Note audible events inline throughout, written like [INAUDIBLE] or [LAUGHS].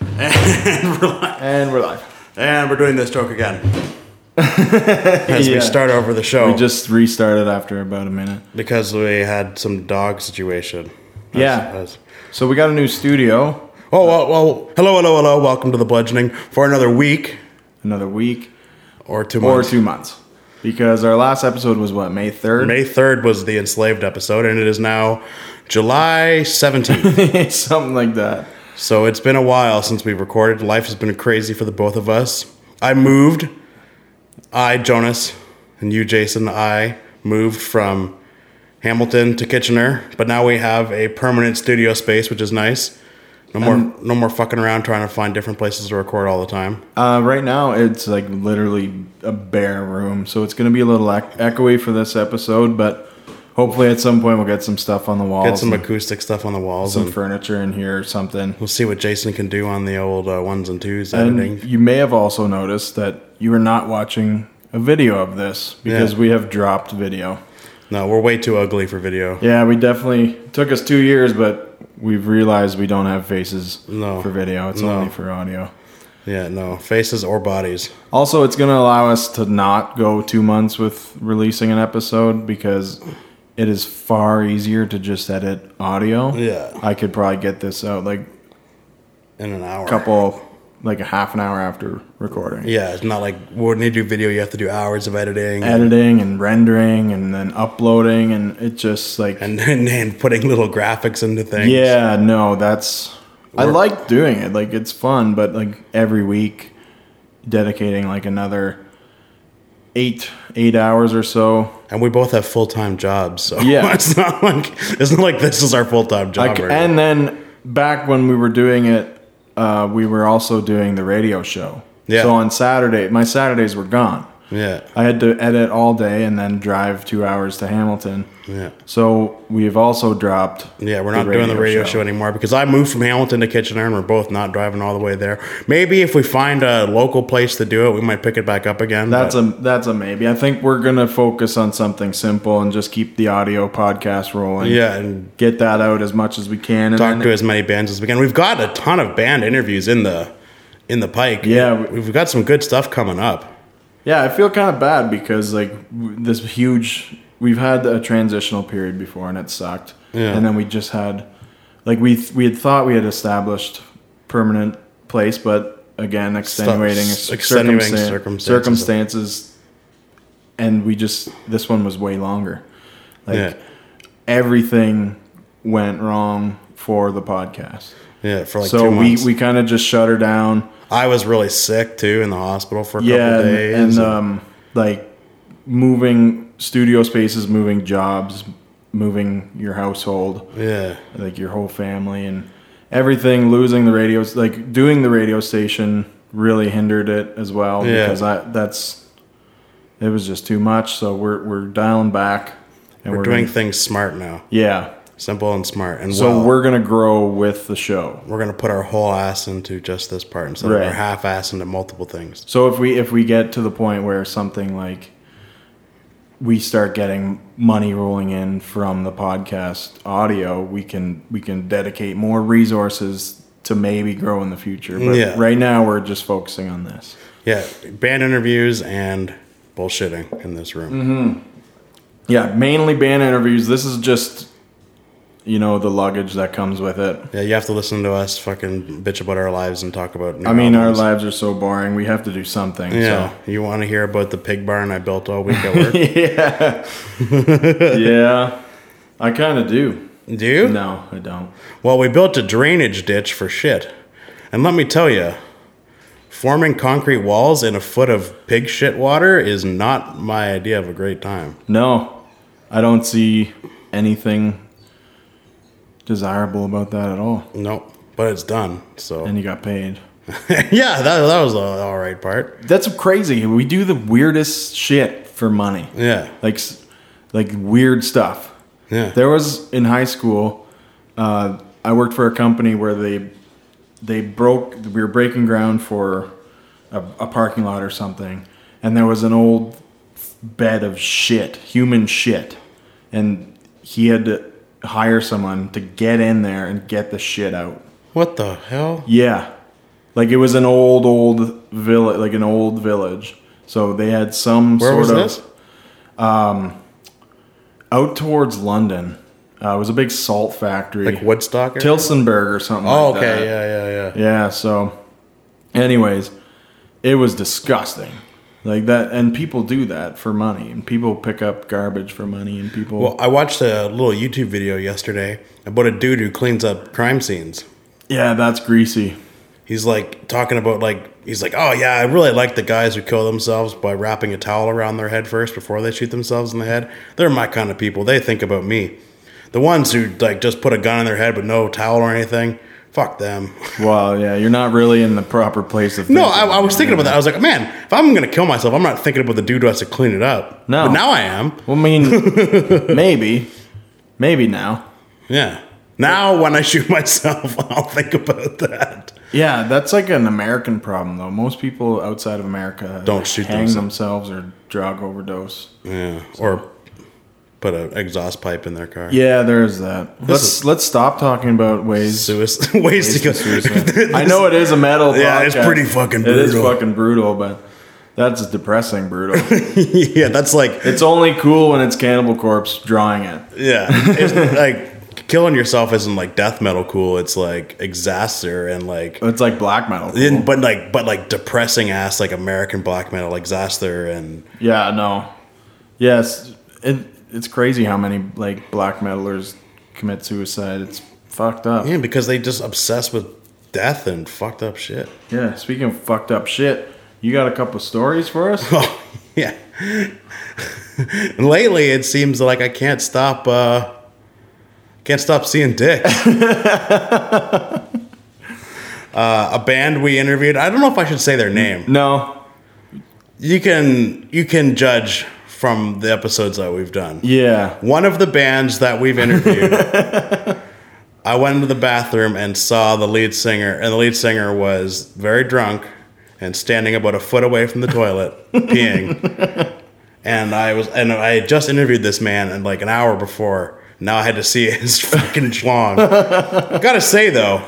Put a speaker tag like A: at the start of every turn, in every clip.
A: and we're live.
B: And we're live.
A: And we're doing this
B: [LAUGHS]
A: joke again. As we
B: Yeah.
A: start over the show.
B: We just restarted after about a minute.
A: because we had some dog situation.
B: Yeah.
A: that's-
B: So we got a new studio,
A: Oh, well, well, hello, hello, hello. Welcome to the bludgeoning for another week
B: another week
A: or two
B: or
A: months.
B: two months, because our last episode was what May third.
A: May 3rd was the enslaved episode, and it is now July
B: [LAUGHS]
A: 17th.
B: something like that.
A: so it's been a while since we've recorded. Life has been crazy for the both of us. I moved. I, Jonas, and you, Jason, I moved from Hamilton to Kitchener, but now we have a permanent studio space, which is nice. No more, no more fucking around trying to find different places to record all the time.
B: Uh, right now, it's like literally a bare room, so it's gonna be a little ec- echoey for this episode, but hopefully at some point we'll get some stuff on the walls,
A: Get some
B: and
A: acoustic stuff on the walls,
B: some
A: and
B: furniture in here or something.
A: we'll see what Jason can do on the old uh, ones and twos editing.
B: And you may have also noticed that you are not watching a video of this because
A: Yeah.
B: we have dropped video.
A: No, we're way too ugly for video.
B: Yeah, we definitely it took us two years, but we've realized we don't have faces
A: No.
B: for video. It's
A: No.
B: only for audio.
A: Yeah, no faces or bodies.
B: Also, it's going to allow us to not go two months with releasing an episode because it is far easier to just edit audio.
A: Yeah.
B: I could probably get this out like
A: in an hour.
B: a couple, like a half an hour after recording.
A: Yeah, it's not like when you do video, you have to do hours of editing
B: Editing and rendering and then uploading, and it just like.
A: and and, [LAUGHS] and putting little graphics into things.
B: Yeah, no, that's I like doing it. Like it's fun, but like every week dedicating like another 8 8 hours or so.
A: and we both have full time jobs, so
B: Yeah.
A: [LAUGHS] it's not like it's not like this is our full time job.
B: Like
A: right now.
B: and then back when we were doing it uh, we were also doing the radio show.
A: Yeah.
B: So on Saturday, my Saturdays were gone.
A: yeah,
B: I had to edit all day and then drive 2 hours to Hamilton.
A: yeah,
B: So we've also dropped
A: yeah. We're not doing the radio show. anymore because I moved from Hamilton to Kitchener, and we're both not driving all the way there. Maybe if we find a local place to do it, we might pick it back up again.
B: That's
A: but-
B: a that's a maybe. I think we're gonna focus on something simple and just keep the audio podcast rolling.
A: yeah, and
B: get that out as much as we can. And
A: talk
B: then-
A: to as many bands as we can. We've got a ton of band interviews in the in the pike.
B: Yeah.
A: we've got some good stuff coming up.
B: yeah, I feel kind of bad because like w- this huge. We've had a transitional period before and it sucked.
A: Yeah.
B: And then we just had, like we th- we had thought we had established permanent place, but again, extenuating,
A: Stuff-
B: circumstan-
A: extenuating circumstances.
B: circumstances, and we just this one was way longer. Like
A: yeah,
B: everything went wrong for the podcast.
A: yeah. For like
B: so
A: two
B: we,
A: months.
B: we kind of just shut her down.
A: I was really sick too in the hospital for a
B: Yeah,
A: couple
B: and,
A: days.
B: and um, like moving studio spaces, moving jobs, moving your household,
A: yeah,
B: like your whole family, and everything. Losing the radios, like doing the radio station, really hindered it as well
A: Yeah.
B: because I that's it was just too much. So we're we're dialing back, and
A: we're doing things smart now,
B: yeah.
A: simple and smart. And
B: So
A: well, we're
B: we're gonna grow with the show.
A: we're gonna put our whole ass into just this part instead of
B: Right.
A: our half ass into multiple things.
B: So if we if we get to the point where something like we start getting money rolling in from the podcast audio, we can we can dedicate more resources to maybe grow in the future. But
A: Yeah.
B: right now we're just focusing on this.
A: Yeah, band interviews and bullshitting in this room.
B: Mm-hmm. Yeah, mainly band interviews. This is just you know the luggage that comes with it.
A: Yeah, you have to listen to us fucking bitch about our lives and talk about. new
B: I mean, our
A: albums.
B: lives are so boring. We have to do something.
A: Yeah,
B: So.
A: you want to hear about the pig barn I built all week at
B: [LAUGHS]
A: work?
B: Yeah. yeah. I kind of do.
A: Do you?
B: No, I don't.
A: Well, we built a drainage ditch for shit. And let me tell you, forming concrete walls in a foot of pig shit water is not my idea of a great time.
B: No, I don't see anything desirable about that at all.
A: Nope. But it's done. So,
B: And you got paid.
A: [LAUGHS] yeah, that, that was the all right part.
B: That's crazy. We do the weirdest shit for money.
A: Yeah.
B: Like, s- like weird stuff.
A: Yeah.
B: There was in high school. Uh, I worked for a company where they they broke. We were breaking ground for a, a parking lot or something, and there was an old bed of shit, human shit, and he had to hire someone to get in there and get the shit out.
A: What the hell?
B: Yeah, Like it was an old, old village, like an old village. So they had some
A: Where
B: sort
A: was
B: of um,
A: this?
B: out towards London. Uh, it was a big salt factory,
A: Like Woodstock? or-
B: Tilsonburg or something.
A: oh,
B: like
A: okay.
B: that.
A: Yeah, yeah, yeah.
B: Yeah, so anyways, it was disgusting. Like that and people do that for money and people pick up garbage for money and people
A: Well, I watched a little YouTube video yesterday about a dude who cleans up crime scenes.
B: Yeah, that's greasy.
A: He's like talking about like he's like, oh yeah, I really like the guys who kill themselves by wrapping a towel around their head first before they shoot themselves in the head. They're my kind of people. They think about me. The ones who like just put a gun in their head with no towel or anything, fuck them.
B: Well, yeah, you're not really in the proper place of
A: [LAUGHS] No, I, I was thinking about that. I was like, man, if I'm gonna kill myself, I'm not thinking about the dude who has to clean it up.
B: No.
A: but now I am.
B: Well, I mean, [LAUGHS] maybe, maybe now.
A: Yeah. Now when I shoot [LAUGHS] myself, I'll think about that.
B: Yeah, that's like an American problem though. Most people outside of America
A: Don't shoot
B: hang
A: themselves.
B: themselves or drug overdose.
A: Yeah. Or put an exhaust pipe in their car.
B: Yeah, there is that. Let's let's stop talking about
A: [LAUGHS]
B: ways
A: Suicide ways to go. [LAUGHS]
B: Suicide. I know it is a metal.
A: Yeah, it's
B: podcast.
A: pretty fucking
B: It is
A: brutal.
B: fucking brutal, but that's depressing brutal.
A: [LAUGHS] yeah, that's like
B: it's only cool when it's Cannibal Corpse drawing it.
A: yeah, it's like killing yourself isn't like death metal cool. It's like exaster and like
B: It's like black metal. cool.
A: then but like but like depressing ass like American black metal exaster and
B: Yeah, no. Yes, it, it's crazy how many like black metalers commit suicide. It's fucked up.
A: yeah because they just obsess with death and fucked up shit. [LAUGHS]
B: Yeah, speaking of fucked up shit, you got a couple stories for us? [LAUGHS]
A: Oh, yeah. [LAUGHS] Lately, it seems like I can't stop. Uh, can't stop seeing dicks. uh, a band we interviewed. I don't know if I should say their name.
B: no.
A: You can you can judge from the episodes that we've done.
B: Yeah.
A: One of the bands that we've interviewed. I went into the bathroom and saw the lead singer, and the lead singer was very drunk and standing about a foot away from the toilet, peeing. And I was, and I had just interviewed this man, and like an hour before, now I had to see his [LAUGHS] fucking schlong. Gotta say though,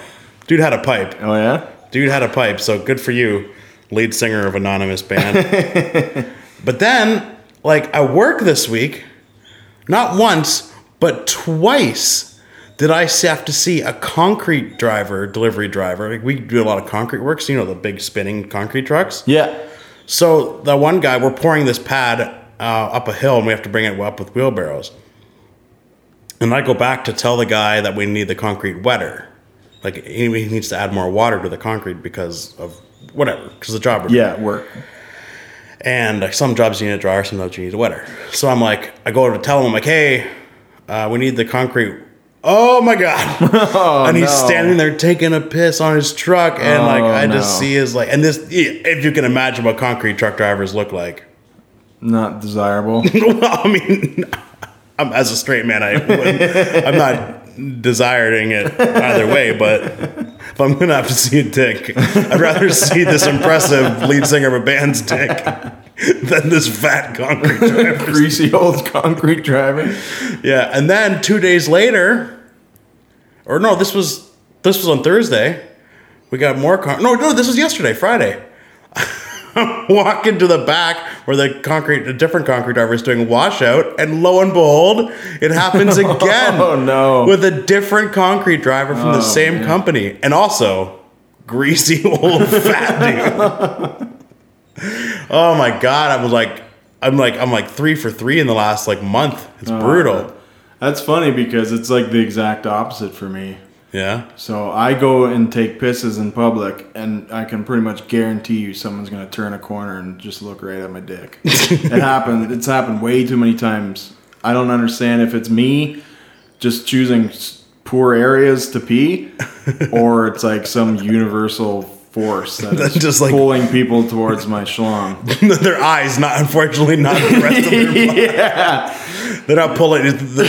A: dude had a pipe.
B: Oh yeah.
A: Dude had a pipe, so good for you, lead singer of anonymous band. but then, like, I work this week, not once, but twice did I have to see a concrete driver, delivery driver. Like, we do a lot of concrete works, you know, the big spinning concrete trucks.
B: Yeah.
A: So the one guy, we're pouring this pad uh, up a hill, and we have to bring it up with wheelbarrows. And I go back to tell the guy that we need the concrete wetter, like he he needs to add more water to the concrete because of whatever, because the job.
B: Yeah. Work.
A: And like, some jobs you need a dryer, some jobs you need a wetter. So I'm like, I go to tell him, I'm like, hey, uh, we need the concrete. Oh my
B: [LAUGHS]
A: god! and he's
B: Oh, no.
A: standing there taking a piss on his truck, and like
B: Oh,
A: I just
B: no.
A: see his like, and this if you can imagine what concrete truck drivers look like.
B: Not desirable.
A: [LAUGHS] well, I mean, I'm, as a straight man, I wouldn't- I'm not desiring it either way. But if I'm gonna have to see a dick, I'd rather see this impressive lead singer of a band's dick [LAUGHS] than this fat concrete driver.
B: Greasy old concrete driver.
A: Yeah, and then two days later, or no, this was this was on Thursday. We got more con. No, no, this was yesterday, Friday. [LAUGHS] I'm walking to the back where the concrete, a different concrete driver is doing washout, and lo and behold, it happens again.
B: [LAUGHS] Oh, no. Oh,
A: With a different concrete driver from the same company, and also greasy [LAUGHS] old fat dude. [LAUGHS] Oh my god, I was like, I'm like, I'm like three for three in the last like month. It's
B: Oh,
A: brutal.
B: That's funny because it's like the exact opposite for me.
A: Yeah. [LAUGHS]
B: So I go and take pisses in public, and I can pretty much guarantee you someone's gonna turn a corner and just look right at my dick. it happened. It's happened way too many times. I don't understand if it's me just choosing s- poor areas to pee, or it's like some universal force that is
A: Just like-
B: pulling people towards my
A: [LAUGHS]
B: schlong.
A: their eyes, not unfortunately, not the rest
B: [LAUGHS]
A: of their,
B: yeah,
A: they're not pulling. The,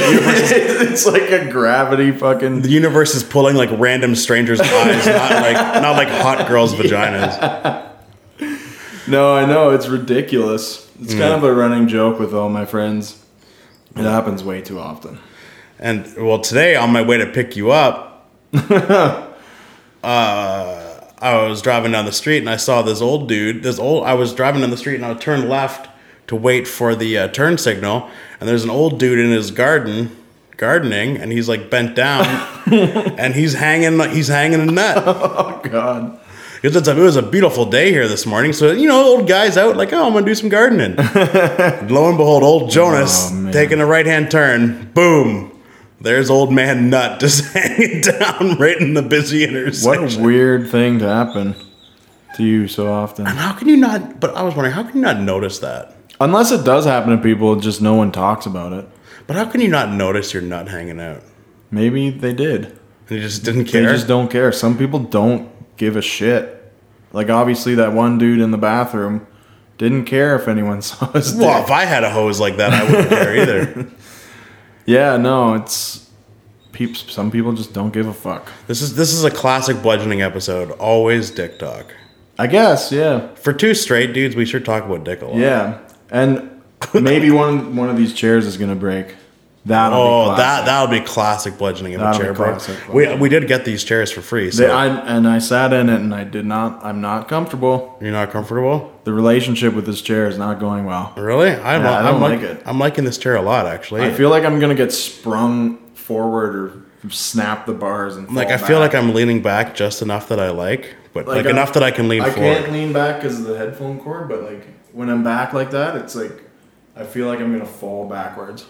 B: it's like a gravity fucking
A: the universe is pulling like random strangers' eyes, not like not like hot girls' vaginas.
B: No, I know it's ridiculous. It's kind of a running joke with all my friends. It happens way too often.
A: And well, today on my way to pick you up, uh, I was driving down the street and I saw this old dude. This old I was driving down the street and I turned left to wait for the uh, turn signal. And there's an old dude in his garden gardening, and he's like bent down, and he's hanging he's hanging a nut.
B: Oh God.
A: Because it's a, it was a beautiful day here this morning, so you know old guys out like oh I'm gonna do
B: [LAUGHS]
A: some gardening. Lo and behold, old Jonas
B: Oh, man.
A: taking a right hand turn, boom. There's old man Nut [LAUGHS] just hanging down right in the busy intersection.
B: What a weird thing to happen to you so often.
A: How can you not? But I was wondering, how can you not notice that?
B: Unless it does happen to people, just no one talks about it.
A: But how can you not notice your nut hanging out?
B: Maybe they did.
A: And you just didn't
B: They
A: care.
B: just don't care. Some people don't give a shit. Like obviously that one dude in the bathroom didn't care if anyone [LAUGHS] saw his dick.
A: well, if I had a hose like that, I wouldn't care either. [LAUGHS]
B: Yeah, no, it's peeps. Some people just don't give a fuck.
A: This is this is a classic bludgeoning episode. Always dick talk.
B: I guess, yeah,
A: For two straight dudes, we sure talk about dick a lot.
B: yeah, and maybe one one of these chairs is gonna break. That'll
A: Oh,
B: be
A: that that'll be classic bludgeoning of a
B: That'll be
A: chair, bro.
B: classic
A: We, we did get these chairs for free, so
B: They- I, and I sat in it, and I did not. I'm not comfortable.
A: you're not comfortable,
B: The relationship with this chair is not going well.
A: really? I'm,
B: Yeah, I don't
A: I'm
B: like it.
A: I'm liking this chair a lot, actually.
B: I feel like I'm gonna get sprung forward or snap the bars and
A: like
B: fall
A: I feel
B: back.
A: like I'm leaning back just enough that I like, but like,
B: I'm-
A: enough that I can lean
B: I
A: forward.
B: can't lean back because of the headphone cord, but like when I'm back like that, it's like I feel like I'm gonna fall backwards.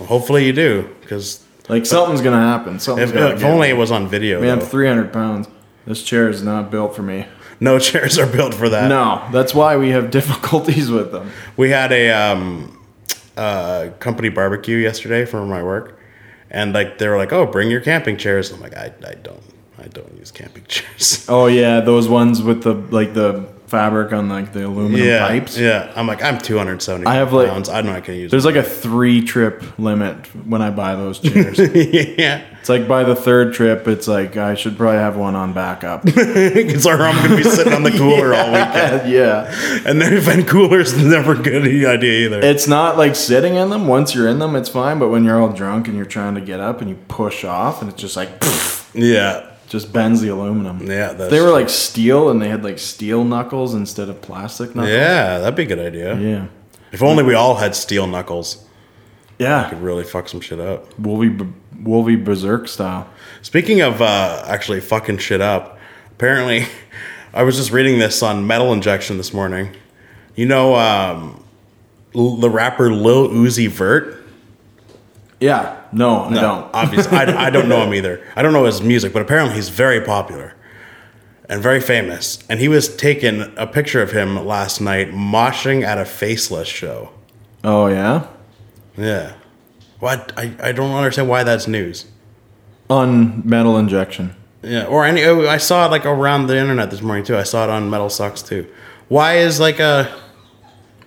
A: Hopefully you do, because
B: Like something's gonna happen. Something's
A: if,
B: gonna
A: if
B: get
A: only it was on video.
B: Man, I'm
A: though.
B: 300 pounds. This chair is not built for me.
A: No [LAUGHS] chairs are built for that.
B: No, that's why we have [LAUGHS] difficulties with them.
A: We had a um, uh, company barbecue yesterday for my work, and like they were like, "Oh, bring your camping chairs." I'm like, "I, I don't, I don't use camping [LAUGHS] chairs."
B: Oh yeah, those ones with the like the fabric on like the aluminum
A: yeah,
B: pipes.
A: yeah. I'm like, I'm 270
B: I have, like-
A: pounds. I'm not gonna use.
B: There's like a three trip limit when I buy [LAUGHS] those chairs.
A: [LAUGHS] yeah,
B: it's like by the third trip, it's like I should probably have one on [LAUGHS] backup.
A: because or I'm gonna be
B: [LAUGHS]
A: sitting on the cooler all weekend,
B: yeah,
A: and then even cooler's [LAUGHS] never a good idea either.
B: it's not like sitting in them. Once you're in them, it's fine. But when you're all drunk and you're trying to get up and you push off, and it's just like [LAUGHS]
A: yeah,
B: just bends the aluminum.
A: yeah. That's,
B: They were like steel, and they had like steel knuckles instead of plastic knuckles.
A: yeah, that'd be a good idea.
B: Yeah.
A: If only we all had steel knuckles.
B: Yeah.
A: Could really fuck some shit up.
B: Wolvie, Wolvie Berserk style.
A: Speaking of uh, actually fucking shit up, apparently, [LAUGHS] I was just reading this on Metal Injection this morning. You know, um, L- the rapper Lil Uzi Vert.
B: Yeah. No, I don't.
A: obviously, I, I don't know him either. I don't know his music, but apparently he's very popular and very famous. And he was taking a picture of him last night moshing at a faceless show.
B: Oh, yeah?
A: Yeah. What? I, I don't understand why that's news.
B: On metal injection.
A: Yeah, or any. oh, I saw it like around the internet this morning too. I saw it on Metal Sucks too. Why is like a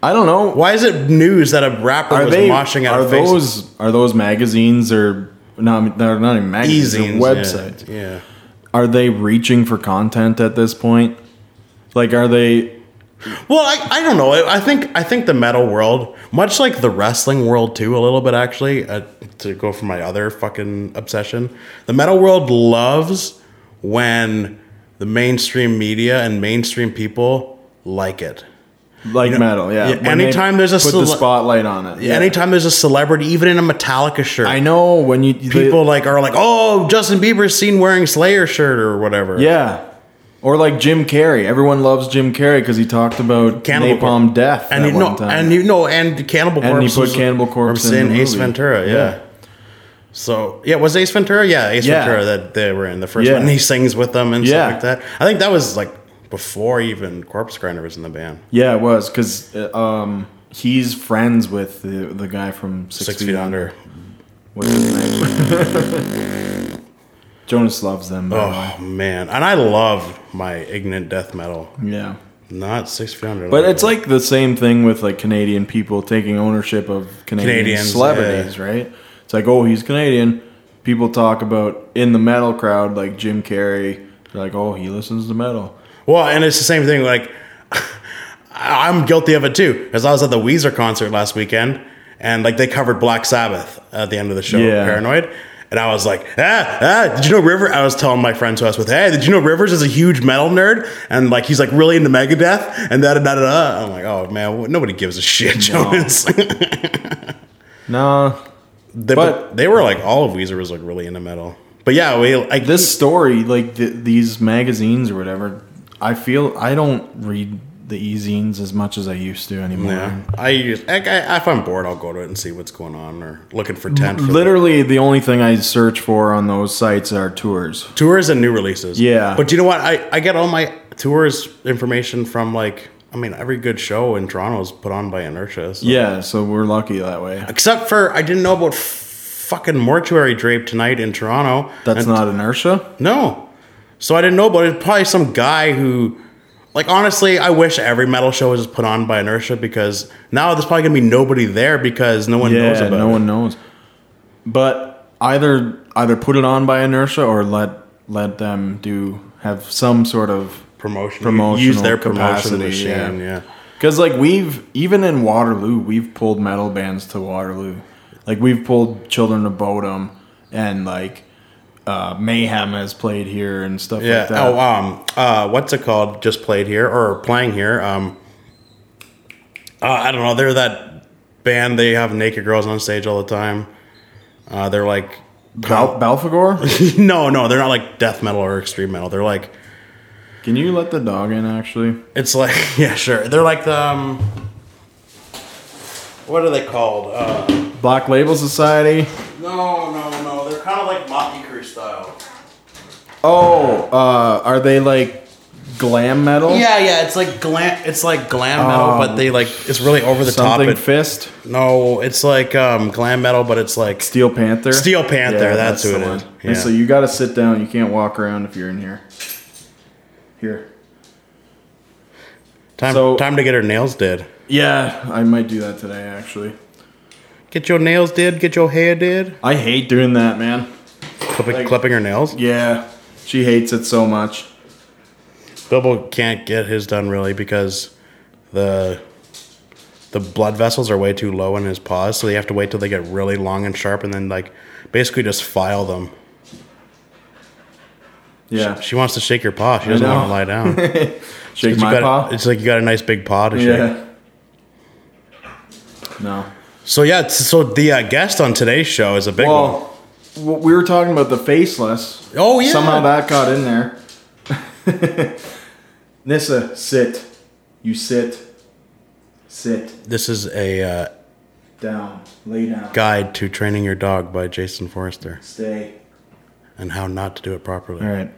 B: I don't know.
A: why is it news that a rapper
B: are
A: was
B: they
A: moshing at
B: are
A: a face?
B: those are those magazines or not they're not even magazines, they're
A: Easings,
B: websites.
A: Yeah, yeah.
B: Are they reaching for content at this point? Like are they
A: Well, I, I don't know. I, I think I think the metal world, much like the wrestling world too, a little bit actually. Uh, to go for my other fucking obsession, the metal world loves when the mainstream media and mainstream people like it.
B: like metal, yeah.
A: yeah,
B: When they
A: anytime there's a
B: put
A: cele-
B: the spotlight on it. Yeah.
A: Anytime there's a celebrity, even in a Metallica shirt,
B: I know when you they-
A: people like are like, oh, Justin Bieber's seen wearing Slayer shirt or whatever.
B: Yeah. Or like Jim Carrey. Everyone loves Jim Carrey because he talked about
A: Cannibal
B: napalm death
A: and
B: that
A: you know,
B: one time.
A: and you know, and Cannibal
B: And
A: Corpse
B: he put
A: was-
B: Cannibal Corpse
A: was
B: in the
A: Ace
B: movie.
A: Ventura. Yeah.
B: Yeah.
A: So yeah, was Ace Ventura? Yeah, Ace
B: Yeah.
A: Ventura that they were in the first
B: Yeah.
A: one. And he sings with them and
B: Yeah.
A: stuff like that. I think that was like before even Corpse Grinder was in the band.
B: yeah, it was because um, he's friends with the, the guy from Six,
A: Six
B: Feet,
A: Feet
B: Under.
A: Under.
B: What's his name? [LAUGHS] Jonas loves them. By the way.
A: Oh man, and I love my ignorant death metal.
B: Yeah.
A: Not Six Feet Under.
B: But it's like the same thing with like Canadian people taking ownership of Canadian
A: Canadians,
B: celebrities, right? It's like, oh, he's Canadian. People talk about in the metal crowd, like Jim Carrey. They're like, oh, he listens to metal.
A: Well, and it's the same thing. Like, [LAUGHS] I- I'm guilty of it too, because I was at the Weezer concert last weekend, and like they covered Black Sabbath at the end of the show,
B: Yeah.
A: Paranoid, And I was like, ah, ah, did you know River? I was telling my friends who I was with, hey, did you know Rivers is a huge metal nerd? And like, he's like really into Megadeth and da da da da da. I'm like, oh man, wh- nobody gives a shit, Jonas. [LAUGHS]
B: No,
A: they, but
B: But-
A: they were like, all of Weezer was like really into metal. But yeah, we like
B: this story, like th these magazines or whatever, I feel I don't read the e-zines as much as I used to anymore.
A: Yeah, I use. I, I, if I'm bored, I'll go to it and see what's going on, or looking for ten. For
B: Literally, the only thing I search for on those sites are tours.
A: tours and new releases.
B: Yeah.
A: but you know what? I I get all my tours information from like. I mean, every good show in Toronto is put on by Inertia. So.
B: Yeah, so we're lucky that way.
A: Except for I didn't know about f- fucking mortuary drape tonight in Toronto.
B: That's not inertia.
A: No. So I didn't know about it. Probably some guy who, like, honestly, I wish every metal show was just put on by Inertia because now there's probably gonna be nobody there because no one knows
B: Yeah,
A: about
B: no
A: it.
B: one knows. But either either put it on by inertia or let let them do have some sort of
A: promotion.
B: Promotional
A: use their promotion
B: capacity,
A: machine. Yeah.
B: yeah. Because like we've even in Waterloo, we've pulled metal bands to Waterloo. Like we've pulled Children of Bodom and like uh, Mayhem has played here and stuff
A: Yeah.
B: like that.
A: Oh, um, uh, what's it called? Just played here or playing here? Um, uh, I don't know. They're that band. They have naked girls on stage all the time. Uh, they're like,
B: Bal- Balfagor,
A: [LAUGHS] no, no, they're not like death metal or extreme metal. They're like,
B: can you let the dog in? Actually,
A: It's like [LAUGHS] yeah, sure. They're like the um, what are they called? Uh,
B: Black Label Society.
A: no, no, no. They're kind of like Motley Crue style.
B: Oh, uh, are they like glam metal?
A: Yeah, yeah. It's like glam. It's like glam metal,
B: Oh.
A: but they like it's really over the
B: Something
A: top. It,
B: Fist,
A: no, it's like um, glam metal, but it's like
B: Steel Panther.
A: Steel Panther, that's who
B: the
A: it
B: one.
A: is.
B: And
A: Yeah.
B: so you got to sit down. You can't walk around if you're in here. Here.
A: time
B: so-
A: time to get her nails did.
B: Yeah, I might do that today actually.
A: Get your nails did. Get your hair did.
B: I hate doing that, man.
A: Clipping,
B: Like-
A: clipping her nails.
B: Yeah, she hates it so much.
A: Bilbo can't get his done really because the the blood vessels are way too low in his paws, so they have to wait till they get really long and sharp, and then like basically just file them.
B: Yeah,
A: She wants to shake your paw. She doesn't
B: know.
A: want to lie down. But
B: [LAUGHS] shake
A: you
B: my
A: got-
B: paw.
A: It's like you got a nice big paw to shake.
B: Yeah. No.
A: So yeah, it's- so the uh, guest on today's show is a big one.
B: Well, w- we were talking about the faceless.
A: Oh yeah,
B: Somehow that got in there. [LAUGHS] Nissa, sit. You sit. Sit
A: this is a uh,
B: down. Lay down.
A: guide to training your dog by Jason Forrester
B: Stay.
A: and how not to do it properly.
B: All right.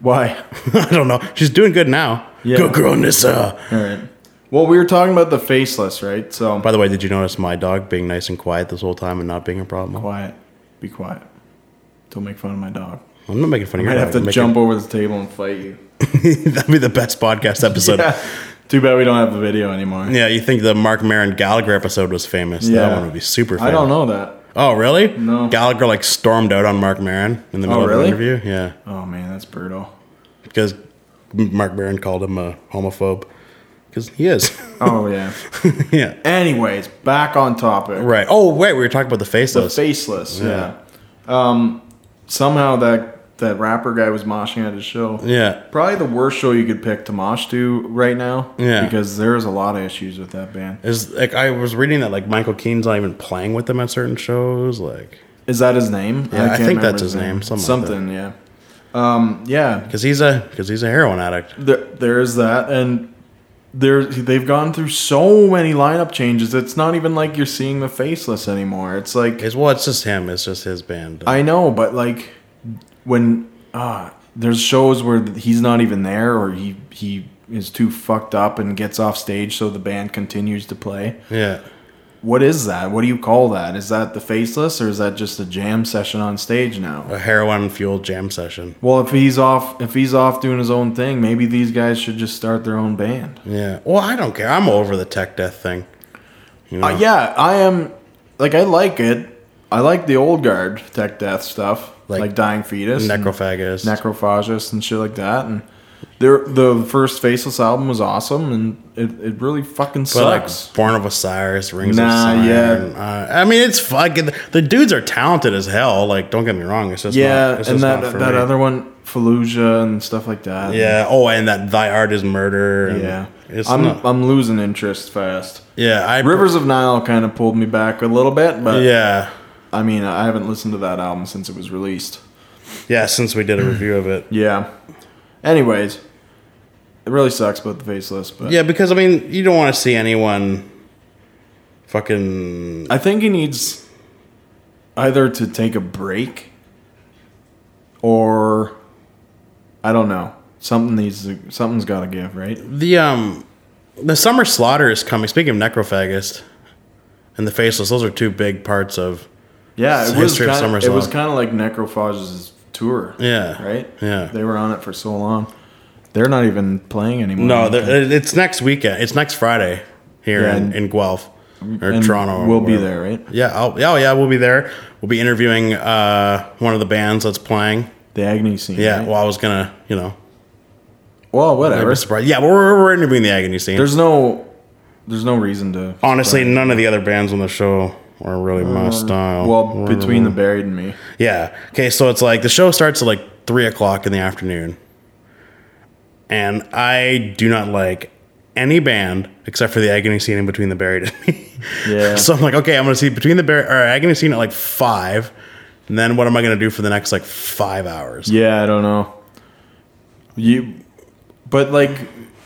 B: Why?
A: [LAUGHS] I don't know. She's doing good now.
B: Yeah.
A: Good girl, Nissa.
B: All right. Well, we were talking about the faceless, right? So
A: By the way, did you notice my dog being nice and quiet this whole time and not being a problem?
B: quiet. Be quiet. Don't make fun of my dog.
A: I'm not making fun of your
B: I'd
A: dog.
B: have to
A: I'm making-
B: jump over the table and fight you.
A: [LAUGHS] That'd be the best podcast
B: [LAUGHS]
A: episode. Yeah.
B: Too bad we don't have the video anymore.
A: you think the Mark Maron Gallagher episode was famous? That
B: Yeah.
A: one would be super famous.
B: I don't know that.
A: Oh, really?
B: No. Oh,
A: Gallagher like stormed out on Mark Maron in the middle
B: really?
A: of an interview. Yeah,
B: Oh man, that's brutal.
A: because Mark Maron called him a homophobe. Because he is. [LAUGHS]
B: Oh yeah.
A: yeah.
B: Anyways, back on topic.
A: Right. Oh, wait. We were talking about the
B: The
A: faceless.
B: faceless. Yeah. Um, somehow that that rapper guy was moshing at his show.
A: yeah.
B: Probably the worst show you could pick to mosh to right now.
A: Yeah.
B: Because there's a lot of issues with that band.
A: Is like I was reading that like Michael Keane's not even playing with them at certain shows. Like
B: Is that his name?
A: Yeah, I
B: can't
A: think
B: remember
A: that's his name, something like
B: Something. yeah. Um. Yeah.
A: because he's a because he's a heroin addict.
B: There, there is that, and there they've gone through so many lineup changes. It's not even like you're seeing the faceless anymore. It's like
A: It's well, it's just him. It's just his band.
B: I know, but like when ah, there's shows where he's not even there, or he he is too fucked up and gets off stage, so the band continues to play.
A: yeah,
B: What is that? What do you call that? Is that the faceless, or is that just a jam session on stage now?
A: a heroin fueled jam session.
B: Well, if he's off, if he's off doing his own thing, maybe these guys should just start their own band.
A: Yeah. Well, I don't care. I'm over the tech death thing. You know?
B: Uh, yeah, I am. Like, I like it. I like the old guard tech death stuff,
A: Like
B: like, dying fetus, and
A: Necrophagus.
B: necrophagus, and shit like that. And Their the first Faceless album was awesome, and it, it really fucking
A: But like
B: sucks.
A: Born of Osiris, Rings of
B: Nah,
A: Siren.
B: yeah.
A: Uh, I mean, it's fucking. The dudes are talented as hell. Like, don't get me wrong. It's just
B: yeah,
A: Not, it's
B: and
A: just
B: that
A: not for
B: that
A: me.
B: other one, Fallujah and stuff like that.
A: Yeah. Oh, and that thy art is murder. and
B: yeah.
A: It's
B: I'm
A: not,
B: I'm losing interest fast.
A: yeah. I
B: Rivers of Nile kind of pulled me back a little bit, but
A: Yeah.
B: I mean, I haven't listened to that album since it was released.
A: Yeah. Since we did a review of it.
B: Yeah. Anyways, it really sucks about the faceless, but
A: Yeah, because I mean, you don't want to see anyone. Fucking.
B: I think he needs either to take a break or I don't know. Something needs to, something's got to give, right?
A: The um, the summer slaughter is coming. Speaking of necrophagist, and the faceless, those are two big parts of.
B: Yeah,
A: It's
B: it
A: the
B: was
A: history of
B: kind of
A: Summer's
B: it was
A: Love.
B: kind of like Necrophage's tour.
A: Yeah.
B: Right?
A: Yeah.
B: They were on it for so long. They're not even playing anymore.
A: No, the- it's next weekend. It's next Friday here
B: Yeah,
A: in,
B: and-
A: in Guelph or
B: And
A: Toronto. or
B: We'll be
A: wherever.
B: there, right?
A: Yeah, I'll, yeah, oh, yeah, we'll be there. We'll be interviewing uh, one of the bands that's playing.
B: The Agony scene.
A: Yeah,
B: right?
A: well, I was gonna, you know,
B: Well,
A: I
B: whatever.
A: was surprised. Yeah, we're, we're interviewing the Agony Scene.
B: There's no there's no reason to
A: Honestly, none of the other bands on the show are really my style.
B: Mm. Well, between the buried and me.
A: Yeah. Okay, so it's like the show starts at like three o'clock in the afternoon. And I do not like any band except for the agony scene in between the buried and me.
B: Yeah.
A: [LAUGHS] so I'm like, okay, I'm gonna see between the buried or agony scene at like five. And then what am I gonna do for the next like five hours?
B: Yeah, I don't know. You, but like,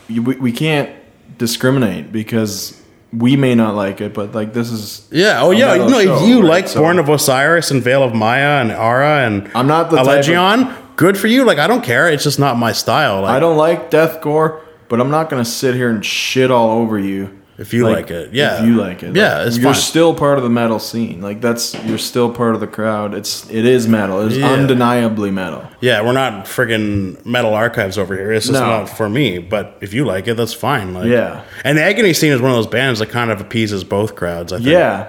B: you, we, we can't discriminate because we may not like it, but like this is.
A: Yeah. Oh, yeah.
B: metal
A: No,
B: show,
A: if you
B: right,
A: like
B: so-
A: Born of Osiris and Veil of Maya and Ara and
B: I'm not the type of-
A: Elegion, good for you. Like I don't care. It's just not my style. Like,
B: I don't like deathcore, but I'm not gonna sit here and shit all over you.
A: If you like it, yeah.
B: If you like it,
A: Yeah,
B: Like,
A: it's
B: you're
A: fine.
B: still part of the metal scene. Like that's you're still part of the crowd. It's it is metal. It's
A: Yeah.
B: undeniably metal.
A: Yeah, we're not friggin' metal archives over here. It's just
B: No.
A: not for me. But if you like it, that's fine. Like,
B: Yeah.
A: And the Agony Scene is one of those bands that kind of appeases both crowds. I think.
B: Yeah.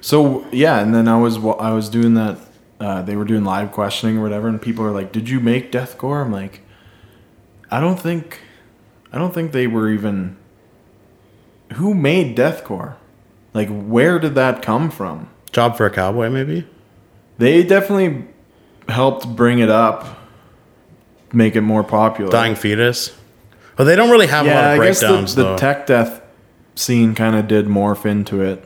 B: So yeah, and then I was wa- I was doing that. Uh, they were doing live questioning or whatever, and people are like, "Did you make deathcore?" I'm like, "I don't think, I don't think they were even. Who made deathcore? Like, where did that come from?
A: Job for a Cowboy, maybe.
B: They definitely helped bring it up, make it more popular.
A: Dying Fetus. But they don't really have a lot
B: yeah,
A: of
B: I guess the,
A: breakdowns
B: the
A: though.
B: tech death scene kind of did morph into it.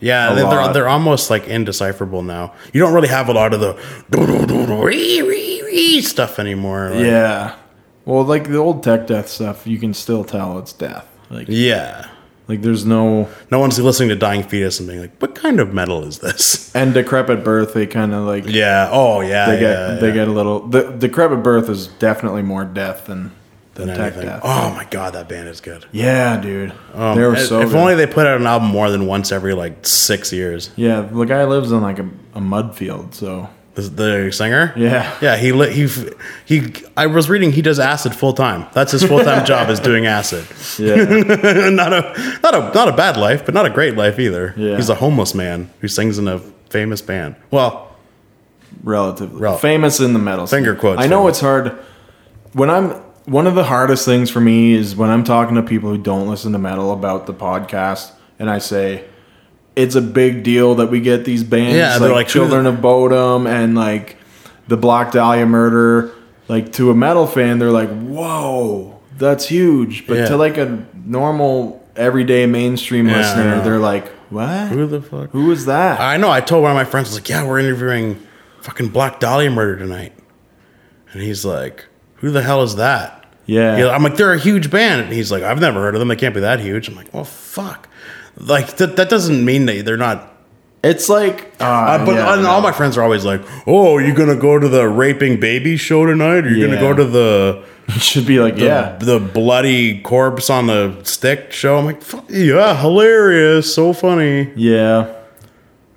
A: yeah,
B: a
A: they, they're
B: lot.
A: they're almost like indecipherable now. You don't really have a lot of the do do do do ree ree ree stuff anymore. Like,
B: Yeah. Well, like the old tech death stuff, you can still tell it's death. Like,
A: Yeah.
B: like there's no
A: No one's listening to Dying Fetus and being like, "What kind of metal is this?" [LAUGHS]
B: and decrepit birth. They kind of like
A: Yeah. Oh yeah.
B: they get
A: yeah,
B: they
A: yeah.
B: get a little. The decrepit birth is definitely more death than than,
A: Than
B: tech
A: anything.
B: death.
A: Oh my god, that band is good.
B: Yeah, dude.
A: Um,
B: they were
A: if-
B: so.
A: if
B: good.
A: only they put out an album more than once every like six years.
B: yeah, the guy lives on like a, a mud field, so
A: The, the singer.
B: Yeah.
A: [LAUGHS] Yeah. He li- he f- he. I was reading he does acid full time. That's his full
B: [LAUGHS]
A: time job is doing acid. [LAUGHS]
B: yeah,
A: not a not a not a bad life, but not a great life either.
B: Yeah.
A: He's a homeless man who sings in a famous band. Well,
B: relatively
A: Rel-
B: famous in the metal. scene.
A: Finger quotes,
B: I know
A: famous.
B: it's hard when I'm. One of the hardest things for me is when I'm talking to people who don't listen to metal about the podcast, and I say it's a big deal that we get these bands
A: Yeah, they're
B: like,
A: like, who-
B: Children of Bodom and like the Black Dahlia Murder. Like to a metal fan, they're like, "Whoa, that's huge!" But
A: Yeah.
B: to like a normal, everyday mainstream
A: I know.
B: listener, they're like, "What?
A: who the fuck?
B: Who is that?"
A: I know. I told one of my friends I was like, "Yeah, we're interviewing fucking Black Dahlia murder tonight," and he's like, "Who the hell is that?"
B: yeah,
A: Yeah, I'm like, they're a huge band. And he's like, I've never heard of them. They can't be that huge. I'm like, oh, fuck. Like, that, that doesn't mean that they're not.
B: It's like, uh,
A: Uh, but
B: yeah,
A: and
B: no.
A: all my friends are always like, oh, you going to go to the raping baby show tonight? Or you going to
B: Yeah.
A: go to the,
B: it should be like,
A: the,
B: yeah,
A: the bloody corpse on the stick show? I'm like, "Fuck, yeah, hilarious. So funny. [LAUGHS]
B: yeah.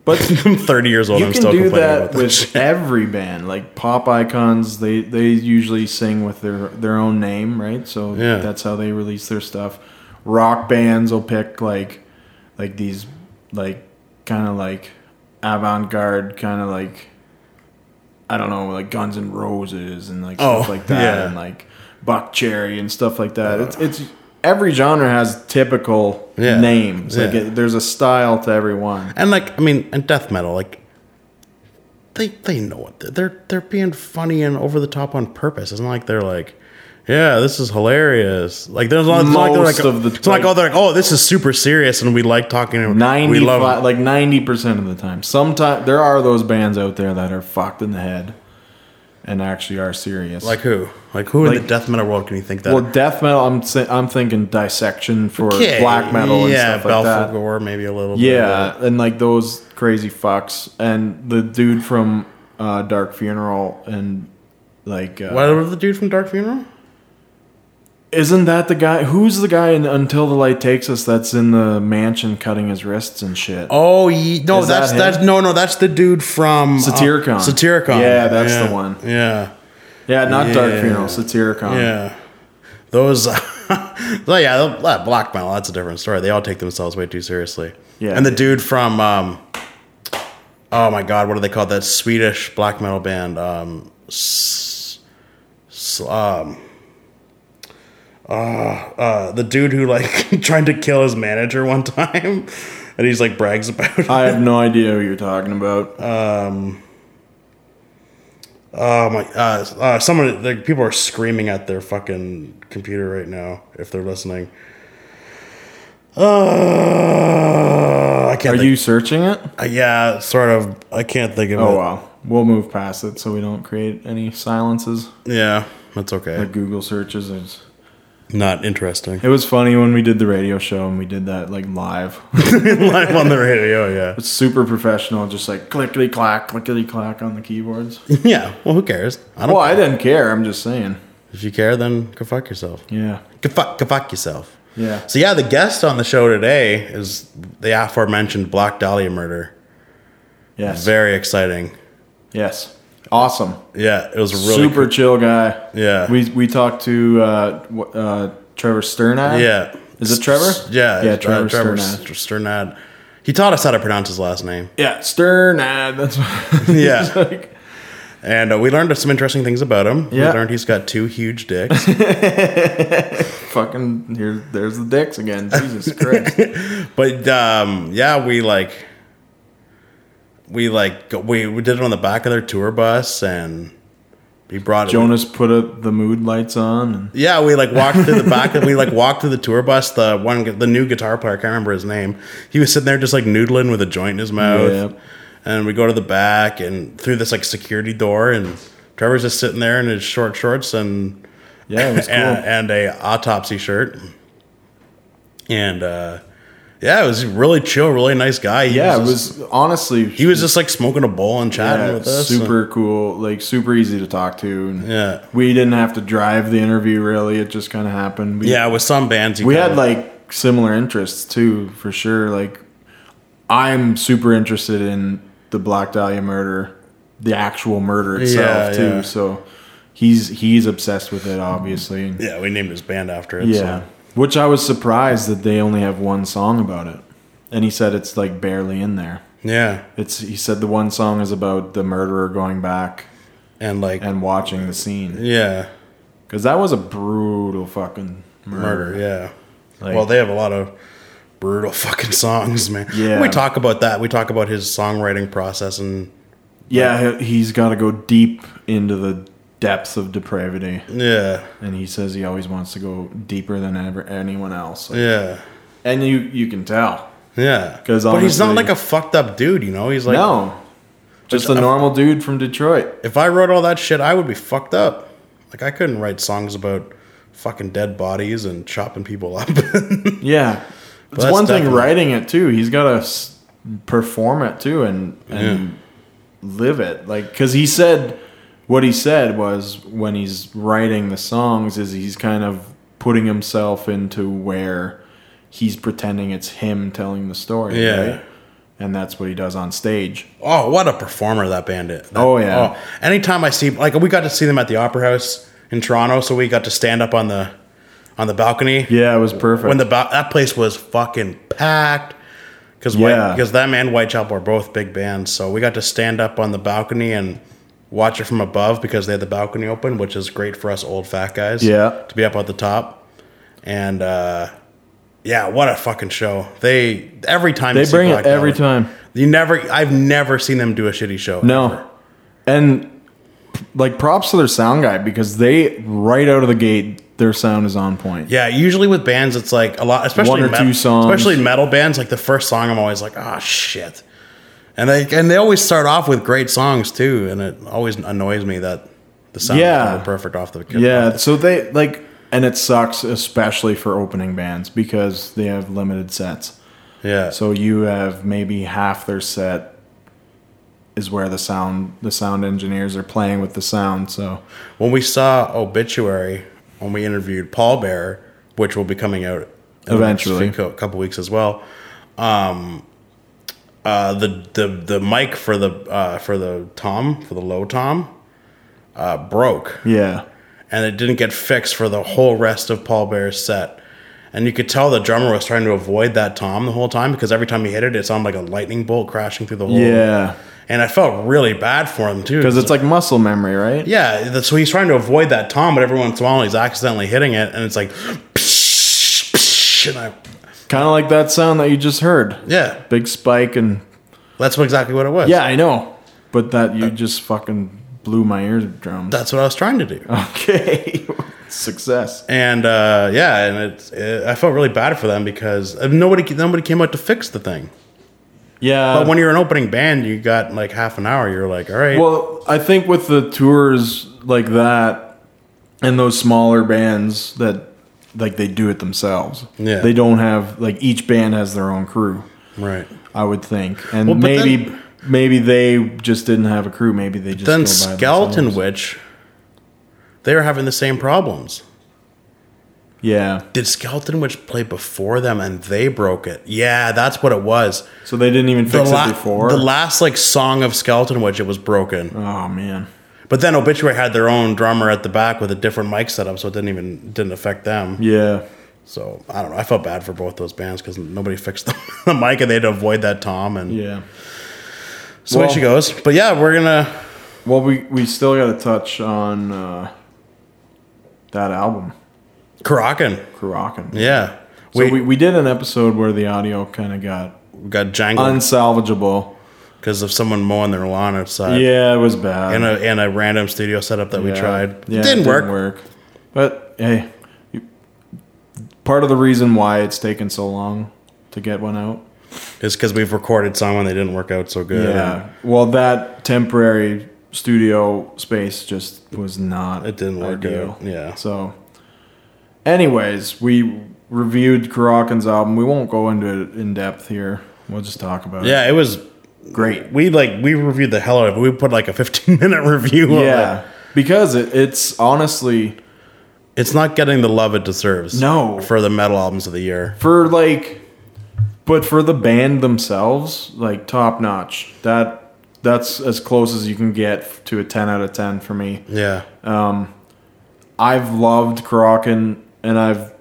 B: But
A: I'm 30 years old.
B: you
A: I'm
B: can
A: still
B: do
A: complaining
B: that
A: about that. shit.
B: with every band. Like pop icons, they they usually sing with their their own name, right? So
A: Yeah.
B: that's how they release their stuff. Rock bands will pick like like these like kind of like avant garde kind of like I don't know like Guns N' Roses and like
A: Oh,
B: stuff like that
A: yeah. Uh.
B: and like buck cherry and stuff like that. It's it's every genre has typical
A: Yeah.
B: names. Like
A: Yeah.
B: it, there's a style to every one.
A: And like, I mean, and death metal, like, they they know what they're they're being funny and over the top on purpose. It's not like they're like, yeah, this is hilarious. Like, there's a lot it's not like, they're
B: Most
A: like
B: of the
A: it's not like, oh, they're like, oh, this is super serious, and we like talking. and
B: Ninety
A: we love.
B: fi- like ninety percent of the time. Sometimes there are those bands out there that are fucked in the head and actually are serious.
A: Like who? Like who in
B: Like-
A: the death metal world can you think that?
B: well, death metal. I'm thi- I'm thinking dissection for
A: Okay,
B: black metal and
A: yeah,
B: stuff like that.
A: Belphegor, maybe a little.
B: Yeah, and like those crazy fucks, and the dude from uh, Dark Funeral, and like, uh,
A: bit. What was the dude from Dark Funeral?
B: isn't that the guy? Who's the guy in Until the Light Takes Us? That's in the mansion cutting his wrists and shit.
A: Oh ye- no,
B: Is that
A: that's
B: him?
A: that's no, no, that's the dude from uh,
B: Satyricon.
A: Satyricon.
B: Yeah, that's the one.
A: Yeah.
B: yeah, not Dark
A: yeah.
B: Funeral, Satyricon.
A: Yeah. Those, [LAUGHS] so yeah, the- that black metal, that's a different story. They all take themselves way too seriously.
B: Yeah.
A: And the dude from, um, oh my God, what do they call that Swedish black metal band? Um, s- s- um, uh, uh, the dude who like [LAUGHS] tried to kill his manager one [LAUGHS] time and he's like brags about it.
B: I have no idea who you're talking about.
A: Oh my! Uh, uh, someone, like, people are screaming at their fucking computer right now if they're listening. Uh, I
B: are
A: can't. think-
B: you searching it?
A: uh, yeah, sort of. I can't think of
B: Oh
A: it.
B: wow, we'll move past it so we don't create any silences.
A: Yeah, that's okay.
B: The Google searches. Is-
A: Not interesting. [LAUGHS]
B: it was funny when we did the radio show and we did that like live. [LAUGHS]
A: Live on the radio. Yeah.
B: It's super professional, just like clickety clack, clickety clack on the
A: [LAUGHS]
B: keyboards.
A: Yeah. Well, who cares? I don't.
B: well, I didn't care. I'm just saying.
A: If you care, then go fuck yourself.
B: Yeah.
A: Go fuck. Go fuck yourself.
B: Yeah.
A: So yeah, the guest on the show today is the aforementioned Black Dahlia murder.
B: Yes.
A: Very exciting.
B: yes. Awesome.
A: Yeah, it was really
B: super chill guy.
A: Yeah.
B: We we talked to uh, w- uh, Trevor Sternad.
A: Yeah.
B: Is it Trevor?
A: Yeah.
B: Yeah.
A: uh,
B: Trevor, Sternad.
A: S- Sternad. He taught us how to pronounce his last name.
B: Yeah. Sternad. That's what. [LAUGHS]
A: Yeah.
B: It's like-
A: And uh, we learned some interesting things about him.
B: Yeah.
A: We learned he's got two
B: [LAUGHS]
A: huge dicks.
B: fucking. Here, there's the dicks again. Jesus [LAUGHS] Christ.
A: but um, yeah, we like, we like, go- we, we did it on the back of their tour bus and he brought it.
B: Jonas put up the mood lights on. And,
A: Yeah, we like walked through the back and we like walked through the tour bus. The one, gu- the new guitar player, I can't remember his name. He was sitting there just like noodling with a joint in his mouth.
B: Yep.
A: And we go to the back and through this like security door, and Trevor's just sitting there in his short shorts and
B: yeah.
A: [LAUGHS]
B: It was cool.
A: and, and a autopsy shirt. And uh, yeah, it was really chill, really nice guy. He
B: yeah. It
A: just-
B: was honestly.
A: he was just like smoking a bowl and chatting
B: Yeah,
A: with us.
B: super cool, like super easy to talk to. And
A: Yeah.
B: we didn't have to drive the interview really; it just kind of happened. We,
A: yeah, with some bands, you
B: we
A: kinda-
B: had like similar interests too, for sure. Like, I'm super interested in the Black Dahlia murder, the actual murder itself
A: Yeah,
B: too.
A: yeah.
B: So he's he's obsessed with it, obviously. And-
A: yeah, we named his band after it.
B: yeah,
A: so.
B: which I was surprised that they only have one song about it, and he said it's like barely in there.
A: yeah,
B: It's he said the one song is about the murderer going back
A: and like
B: and watching the scene
A: yeah,
B: because that was a brutal fucking murder.
A: murder. Yeah.
B: Like-
A: well, they have a lot of brutal [LAUGHS] fucking songs, man.
B: Yeah.
A: We talk about that. We talk about his songwriting process and
B: Yeah, he- he's got to go deep into the depths of depravity,
A: yeah,
B: and he says he always wants to go deeper than ever anyone else. Like,
A: yeah,
B: and you you can tell.
A: yeah.
B: 'Cause
A: but he's not
B: honestly-
A: like a fucked up dude, you know. He's like,
B: no, just a
A: I've-
B: normal dude from Detroit.
A: if I wrote all that shit, I would be fucked up. Like I couldn't write songs about fucking dead bodies and chopping people up. [LAUGHS]
B: Yeah, it's
A: that's
B: one thing
A: definitely-
B: writing it too. He's got to perform it too and and live it. Like because he said what he said was when he's writing the songs is he's kind of putting himself into where he's pretending it's him telling the story.
A: Yeah.
B: And that's what he does on stage.
A: oh, what a performer that band is. That-
B: Oh, yeah.
A: anytime I see like we got to see them at the Opera House in Toronto, so we got to stand up on the on the balcony.
B: Yeah, it was perfect.
A: when the ba- that place was fucking packed because
B: Yeah.
A: because them and Whitechapel were both big bands, so we got to stand up on the balcony and watch it from above because they had the balcony open, which is great for us old fat guys.
B: Yeah.
A: To be up at the top. And uh, yeah, what a fucking show. They every time
B: They
A: you see
B: bring
A: Black
B: it every
A: Dahlia-
B: time.
A: You never I've never seen them do a shitty show. ever.
B: No. And like props to their sound guy because they right out of the gate their sound is on point.
A: Yeah, usually with bands, it's like a lot, especially
B: One or two songs.
A: especially metal bands. Like the first song, I'm always like, ah, shit, and they and they always start off with great songs too, and it always annoys me that the sound is
B: Yeah.
A: never perfect off the
B: Yeah, so they like and it sucks especially for opening bands because they have limited sets.
A: yeah. So
B: So you have maybe half their set is where the sound the sound engineers are playing with the sound. So
A: when we saw Obituary, when we interviewed Paul Bear, which will be coming out in the next
B: Eventually.
A: few co- couple weeks as well. Um, uh, the the the mic for the uh, for the tom for the low tom uh, broke.
B: yeah.
A: and it didn't get fixed for the whole rest of Paul Bear's set. And you could tell the drummer was trying to avoid that tom the whole time because every time he hit it, it sounded like a lightning bolt crashing through the whole.
B: Yeah.
A: And I felt really bad for him too.
B: Because it's like muscle memory, right?
A: yeah, th- so he's trying to avoid that tom, but every once in a while he's accidentally hitting it, and it's like, [LAUGHS] psh, psh, and I,
B: Kind of like that sound that you just heard.
A: yeah,
B: Big spike and
A: that's what- exactly what it was.
B: Yeah, I know. Uh, But that you just fucking blew my eardrums.
A: that's what I was trying to do.
B: [LAUGHS] Okay. [LAUGHS] Success.
A: And uh, yeah, and it's it, I felt really bad for them because uh, nobody nobody came out to fix the thing.
B: Yeah.
A: But when you're an opening band, you got like half an hour. You're like, all right,
B: Well, I think with the tours like that and those smaller bands that like they do it themselves.
A: Yeah.
B: They don't have like each band has their own crew,
A: right.
B: I would think. And
A: Well, but
B: maybe
A: then-
B: maybe they just didn't have a crew, maybe they just
A: Then
B: go by
A: Skeleton
B: themselves.
A: Witch, they were having the same problems.
B: Yeah.
A: Did Skeleton Witch play before them and they broke it? Yeah, that's what it was.
B: So they didn't even
A: The,
B: fix
A: la-
B: it before.
A: the last like song of Skeleton Witch, it was broken.
B: oh man.
A: But then Obituary had their own drummer at the back with a different mic setup, so it didn't even didn't affect them.
B: Yeah.
A: So I don't know. I felt bad for both those bands because nobody fixed [LAUGHS] the, the mic and they had to avoid that tom and
B: Yeah.
A: so
B: Well-
A: away she goes. But yeah, we're gonna
B: Well, we we still got to touch on uh, that album,
A: Karakin.
B: Karakin.
A: Yeah.
B: So
A: we,
B: we, we did an episode where the audio kind of got
A: we got jangled.
B: unsalvageable.
A: because of someone mowing their lawn outside.
B: yeah, it was bad.
A: And a, and a random studio setup that we
B: Yeah.
A: tried.
B: Yeah,
A: it didn't work.
B: But hey, you, part of the reason why it's taken so long to get one out.
A: It's because we've recorded some and they didn't work out so good.
B: Well, that temporary studio space just was not.
A: It didn't work out, yeah.
B: So, anyways, we reviewed Karakin's album. We won't go into it in depth here. We'll just talk about
A: Yeah, it was.
B: it. Great.
A: We like we reviewed the hell out of it. We put like a 15 [LAUGHS] minute review. on
B: Yeah.
A: it.
B: Because it, it's honestly
A: it's not getting the love it deserves.
B: No.
A: for the metal albums of the year.
B: for like but for the band themselves, like top notch. That that's as close as you can get to a 10 out of 10 for me.
A: Yeah,
B: I've loved Kraken and I've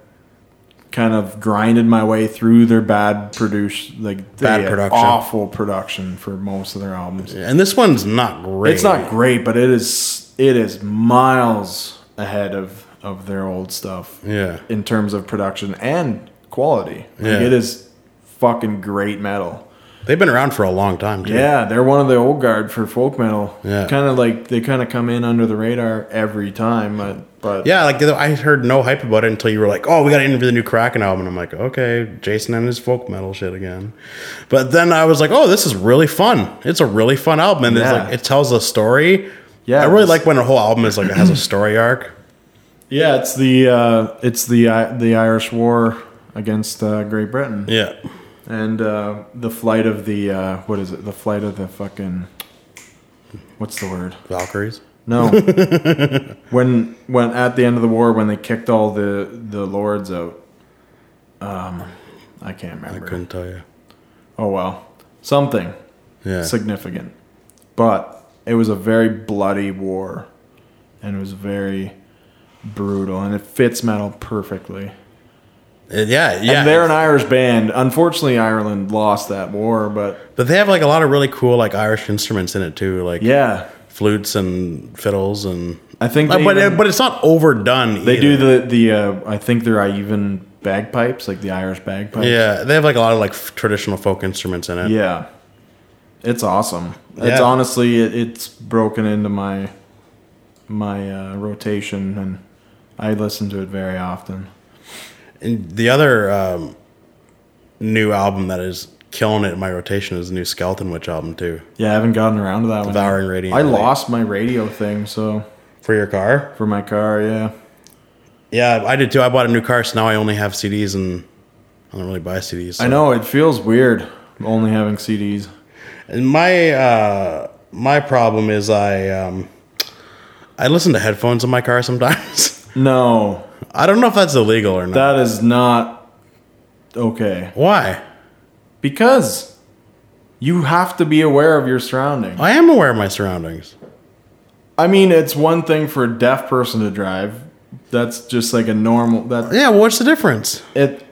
B: kind of grinded my way through their bad produce like they
A: Bad
B: had
A: production.
B: awful production for most of their albums.
A: and this one's not great.
B: It's not great, but it is it is miles ahead of of their old stuff
A: Yeah,
B: in terms of production and quality. Like,
A: Yeah.
B: it is fucking great metal.
A: they've been around for a long time. Too.
B: Yeah, they're one of the old guard for folk metal.
A: Yeah.
B: Kind of like they kind of come in under the radar every time, but but
A: Yeah, like I heard no hype about it until you were like, "Oh, we got to interview the new Kraken album." And I'm like, "Okay, Jason and his folk metal shit again." But then I was like, "Oh, this is really fun. It's a really fun album." And
B: Yeah.
A: it's like it tells a story.
B: Yeah,
A: I really
B: it's-
A: like when a whole album is like it
B: [CLEARS THROAT]
A: has a story arc.
B: Yeah, it's the uh, it's the I the Irish War against uh, Great Britain
A: Yeah,
B: and uh, the flight of the uh, what is it? The flight of the fucking what's the word?
A: Valkyries. [LAUGHS]
B: No. when when at the end of the war when they kicked all the the lords out. Um I can't
A: I
B: remember.
A: couldn't tell you.
B: oh well. Something
A: Yeah,
B: significant. But it was a very bloody war and it was very brutal and it fits metal perfectly.
A: It- Uh, yeah, yeah.
B: And they're an Irish band. Unfortunately Ireland lost that war, but
A: but they have like a lot of really cool like Irish instruments in it too. Like
B: yeah.
A: flutes and fiddles and.
B: I think
A: Uh,
B: they
A: but
B: even-
A: but it's not overdone.
B: They do
A: either.
B: the the uh, I think they're even bagpipes, like the Irish bagpipes.
A: Yeah, they have like a lot of like f- traditional folk instruments in it.
B: Yeah. It's awesome. It's
A: Yeah.
B: honestly it, it's broken into my my uh, rotation and I listen to it very often.
A: And the other um, new album that is killing it in my rotation is the new Skeleton Witch album too.
B: Yeah, I haven't gotten around to that one.
A: Devouring Radio.
B: I lost my radio thing, so
A: for your car.
B: for my car, yeah.
A: Yeah, I did too. I bought a new car, so now I only have CDs and I don't really buy CDs. so-
B: I know it feels weird only having CDs.
A: And my uh, my problem is I um, I listen to headphones in my car sometimes. [LAUGHS]
B: No,
A: I don't know if that's illegal or not.
B: that is not okay.
A: Why?
B: Because you have to be aware of your surroundings.
A: I am aware of my surroundings.
B: I mean, it's one thing for a deaf person to drive. That's just like a normal that
A: Yeah, what's the difference?
B: it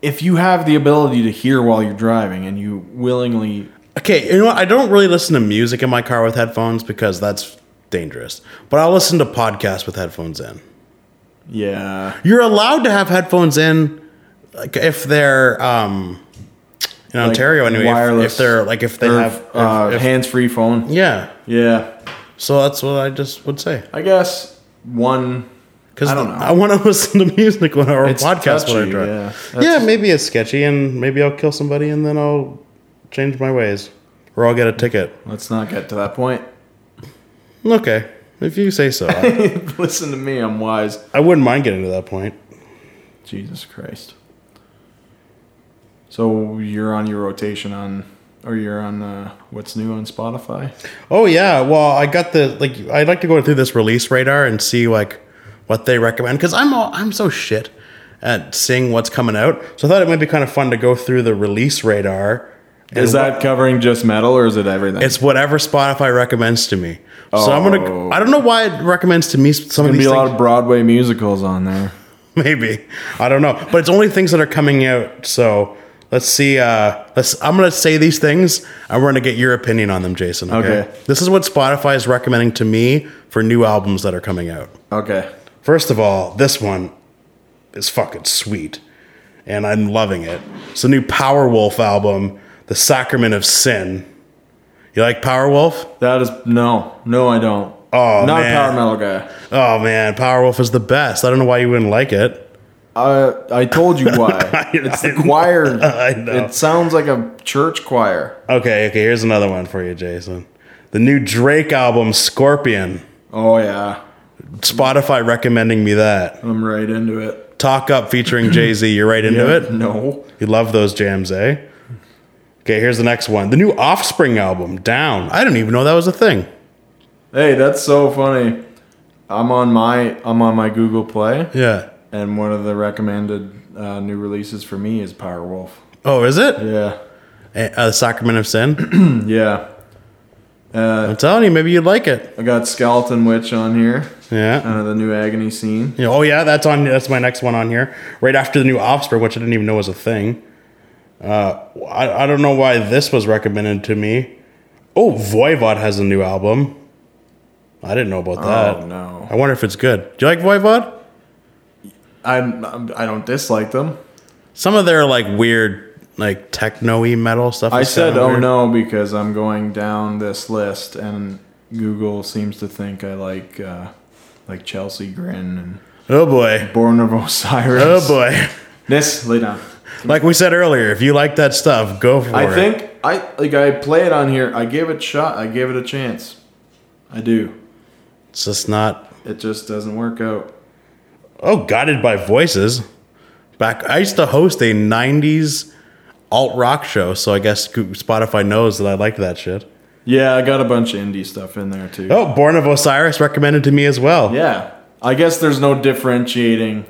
B: if you have the ability to hear while you're driving and you willingly
A: Okay, you know what? I don't really listen to music in my car with headphones because that's dangerous. But I'll listen to podcasts with headphones in.
B: yeah,
A: You're allowed to have headphones in, like if they're um, in Ontario anyway. if- If, they're like if they
B: or,
A: have
B: uh,
A: if- if-
B: hands-free phone.
A: yeah.
B: Yeah.
A: So that's what I just would say.
B: I guess one
A: Because
B: I don't know.
A: I want to [LAUGHS] listen to music when I or
B: It's
A: podcast when I
B: touchy,
A: drive.
B: yeah.
A: Yeah,
B: That's-
A: maybe it's sketchy, and maybe I'll kill somebody, and then I'll change my ways, or I'll get a ticket.
B: let's not get to that point. [LAUGHS]
A: Okay, if you say so. I,
B: Listen to me, I'm wise.
A: I wouldn't mind getting to that point.
B: Jesus Christ. So you're on your rotation on or you're on uh, what's new on Spotify?
A: Oh yeah, well I got the like I'd like to go through this release radar and see like what they recommend because I'm all, I'm so shit at seeing what's coming out. So I thought it might be kind of fun to go through the release radar.
B: Is
A: and
B: that covering just metal or is it everything?
A: It's whatever Spotify recommends to me. So I'm
B: Oh.
A: gonna. I don't know why it recommends to me some of
B: gonna
A: these
B: be a
A: things.
B: lot of Broadway musicals on there.
A: [LAUGHS] Maybe I don't know, but it's only things that are coming out. So let's see. Uh, let's. I'm gonna say these things. and we're gonna get your opinion on them, Jason. Okay?
B: Okay.
A: This is what Spotify is recommending to me for new albums that are coming out.
B: Okay.
A: First of all, this one is fucking sweet, and I'm loving it. It's the new Powerwolf album, "The Sacrament of Sin." You like Powerwolf?
B: That is no, no, I don't.
A: Oh,
B: not
A: man.
B: a power metal guy.
A: Oh man, Powerwolf is the best. I don't know why you wouldn't like it.
B: I I told
A: [LAUGHS]
B: you why. it's the choir.
A: I know.
B: It sounds like a church choir.
A: Okay, okay, here's another one for you, Jason. The new Drake album, Scorpion.
B: Oh yeah,
A: Spotify recommending me that.
B: I'm right into it.
A: Talk Up featuring Jay Z. You're right into it?
B: No.
A: You love those jams, eh? Okay, here's the next one. The new Offspring album, Down. I didn't even know that was a thing.
B: Hey, that's so funny. I'm on my I'm on my Google Play,
A: Yeah.
B: and one of the recommended uh, new releases for me is Powerwolf.
A: Oh, is it?
B: Yeah,
A: Eh, Uh, the Sacrament of Sin?
B: yeah.
A: I'm telling you, maybe you'd like it.
B: I got Skeleton Witch on here,
A: Yeah.
B: uh, the new Agony Scene.
A: Yeah, Oh, yeah, that's on. That's my next one on here. Right after the new Offspring, which I didn't even know was a thing. Uh, I, I don't know why this was recommended to me. Oh, Voivod has a new album. I didn't know about that.
B: Oh no.
A: I wonder if it's good. Do you like Voivod?
B: I'm, I'm I don't dislike them.
A: Some of their like weird, like techno-y metal stuff.
B: I
A: is
B: said
A: kinda
B: oh
A: weird.
B: no because I'm going down this list and Google seems to think I like uh, like Chelsea Grin and
A: Oh boy.
B: Born of Osiris.
A: Oh boy. [LAUGHS]
B: This lay down.
A: Like we said earlier, if you like that stuff, go for
B: I
A: it.
B: think I like I play it on here. I give it a shot. I give it a chance. I do.
A: it's just not.
B: It just doesn't work out.
A: Oh, guided by voices. Back, I used to host a '90s alt rock show, so I guess Goo- Spotify knows that I liked that shit.
B: Yeah, I got a bunch of indie stuff in there too.
A: Oh, Born of Osiris recommended to me as well.
B: Yeah. I guess there's no differentiating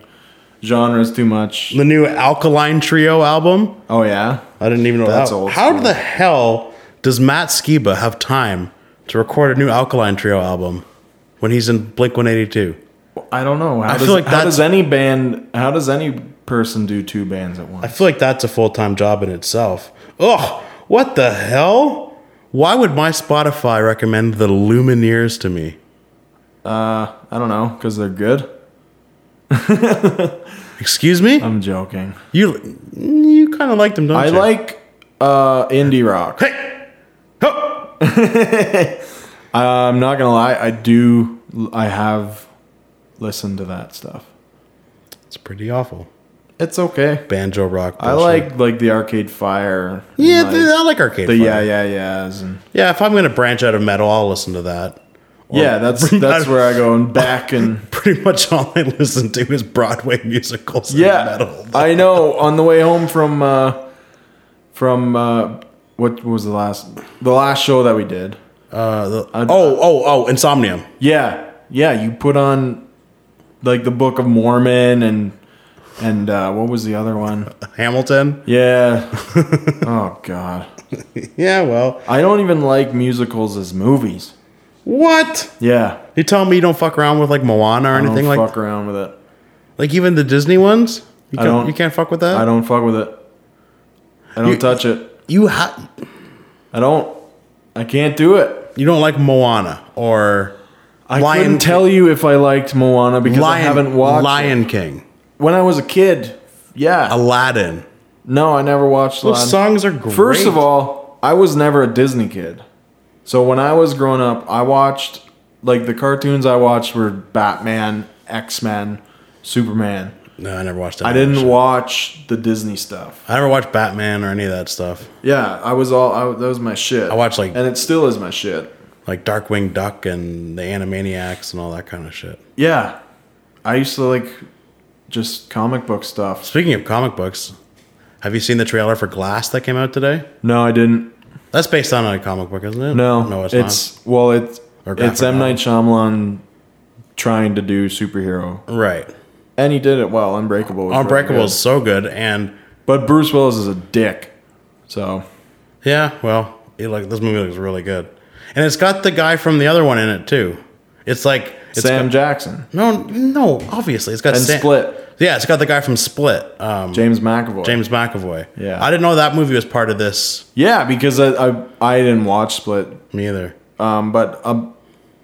B: genres too much.
A: The new Alkaline Trio album.
B: Oh yeah.
A: I didn't even know
B: That's
A: that.
B: old
A: How
B: school.
A: the hell does Matt Skiba have time to record a new Alkaline Trio album when he's in Blink 182?
B: I don't know. How
A: I
B: does,
A: feel like
B: how
A: that's-
B: does any band? How does any person do two bands at
A: I
B: once?
A: feel like that's a full time job in itself. Ugh, what the hell? Why would my Spotify recommend the Lumineers to me?
B: Uh, I don't know, because they're good.
A: Excuse me?
B: I'm joking.
A: you you kind of like them, don't
B: Um, I
A: you?
B: like uh, indie rock.
A: Hey! Ho!
B: Uh, I'm not gonna lie, I do. I have listened to that stuff.
A: It's pretty awful.
B: It's okay.
A: Banjo rock.
B: I
A: bullshit.
B: like like the Arcade Fire. and,
A: Yeah,
B: like,
A: th- I like Arcade
B: the
A: Fire.
B: yeah yeah yeahs and
A: Yeah, if I'm going to branch out of metal, I'll listen to that. [LAUGHS]
B: yeah. That's that's where I go and back and
A: Pretty much all I listen to is Broadway [LAUGHS] musicals and
B: yeah. Uh,
A: metal.
B: I know. On the way home from uh, from uh, what was the last the last show that we did?
A: Uh, the, oh, oh, oh, Insomnium.
B: Yeah, yeah. You put on like the Book of Mormon and and uh, what was the other
A: [LAUGHS]
B: one?
A: Hamilton.
B: Yeah. oh God,
A: Yeah, well.
B: I don't even like musicals as movies.
A: What?
B: Yeah,
A: You tell me you don't fuck around with like Moana or
B: I
A: anything
B: don't
A: like
B: fuck around with it.
A: like even the Disney ones? You
B: I
A: can't,
B: don't-
A: you can't fuck with that?
B: I don't fuck with it. I don't
A: You-
B: touch it.
A: You ha-
B: I don't. I can't do it.
A: you don't like Moana or
B: I
A: Lion
B: couldn't tell you if I liked Moana because I
A: Lion
B: haven't watched. it.
A: Lion King,
B: When I was a kid, yeah.
A: Aladdin.
B: no, I never watched.
A: Those
B: Lion-
A: songs are great.
B: First of all, I was never a Disney kid. So when I was growing up, I watched like the cartoons I watched were Batman, X Men, Superman.
A: no, I never watched that.
B: I didn't watch the Disney stuff.
A: I never watched Batman or any of that stuff.
B: Yeah, I was all I, that was my shit.
A: I watched, like-
B: and it still is my shit.
A: Like Darkwing Duck and the Animaniacs and all that kind of shit.
B: Yeah, I used to like just comic book stuff.
A: Speaking of comic books, have you seen the trailer for Glass that came out today?
B: No, I didn't.
A: That's based on a comic book, isn't it?
B: No,
A: no, it's, not.
B: well, it's
A: Or
B: it's
A: graphic
B: M Night Shyamalan trying to do superhero,
A: Right.
B: and he did it well. Unbreakable. was really
A: Unbreakable
B: good.
A: is so good, and
B: But Bruce Willis is a dick. So
A: yeah, well, it look, this movie looks really good, and it's got the guy from the other one in it too. It's like it's
B: Sam
A: got-
B: Jackson
A: no, no, obviously it's got
B: and
A: Sam-
B: Split,
A: Yeah, it's got the guy from Split, um,
B: James McAvoy.
A: James McAvoy.
B: Yeah.
A: I didn't know that movie was part of this.
B: Yeah, because I, I I didn't watch Split,
A: Me either.
B: um, but um,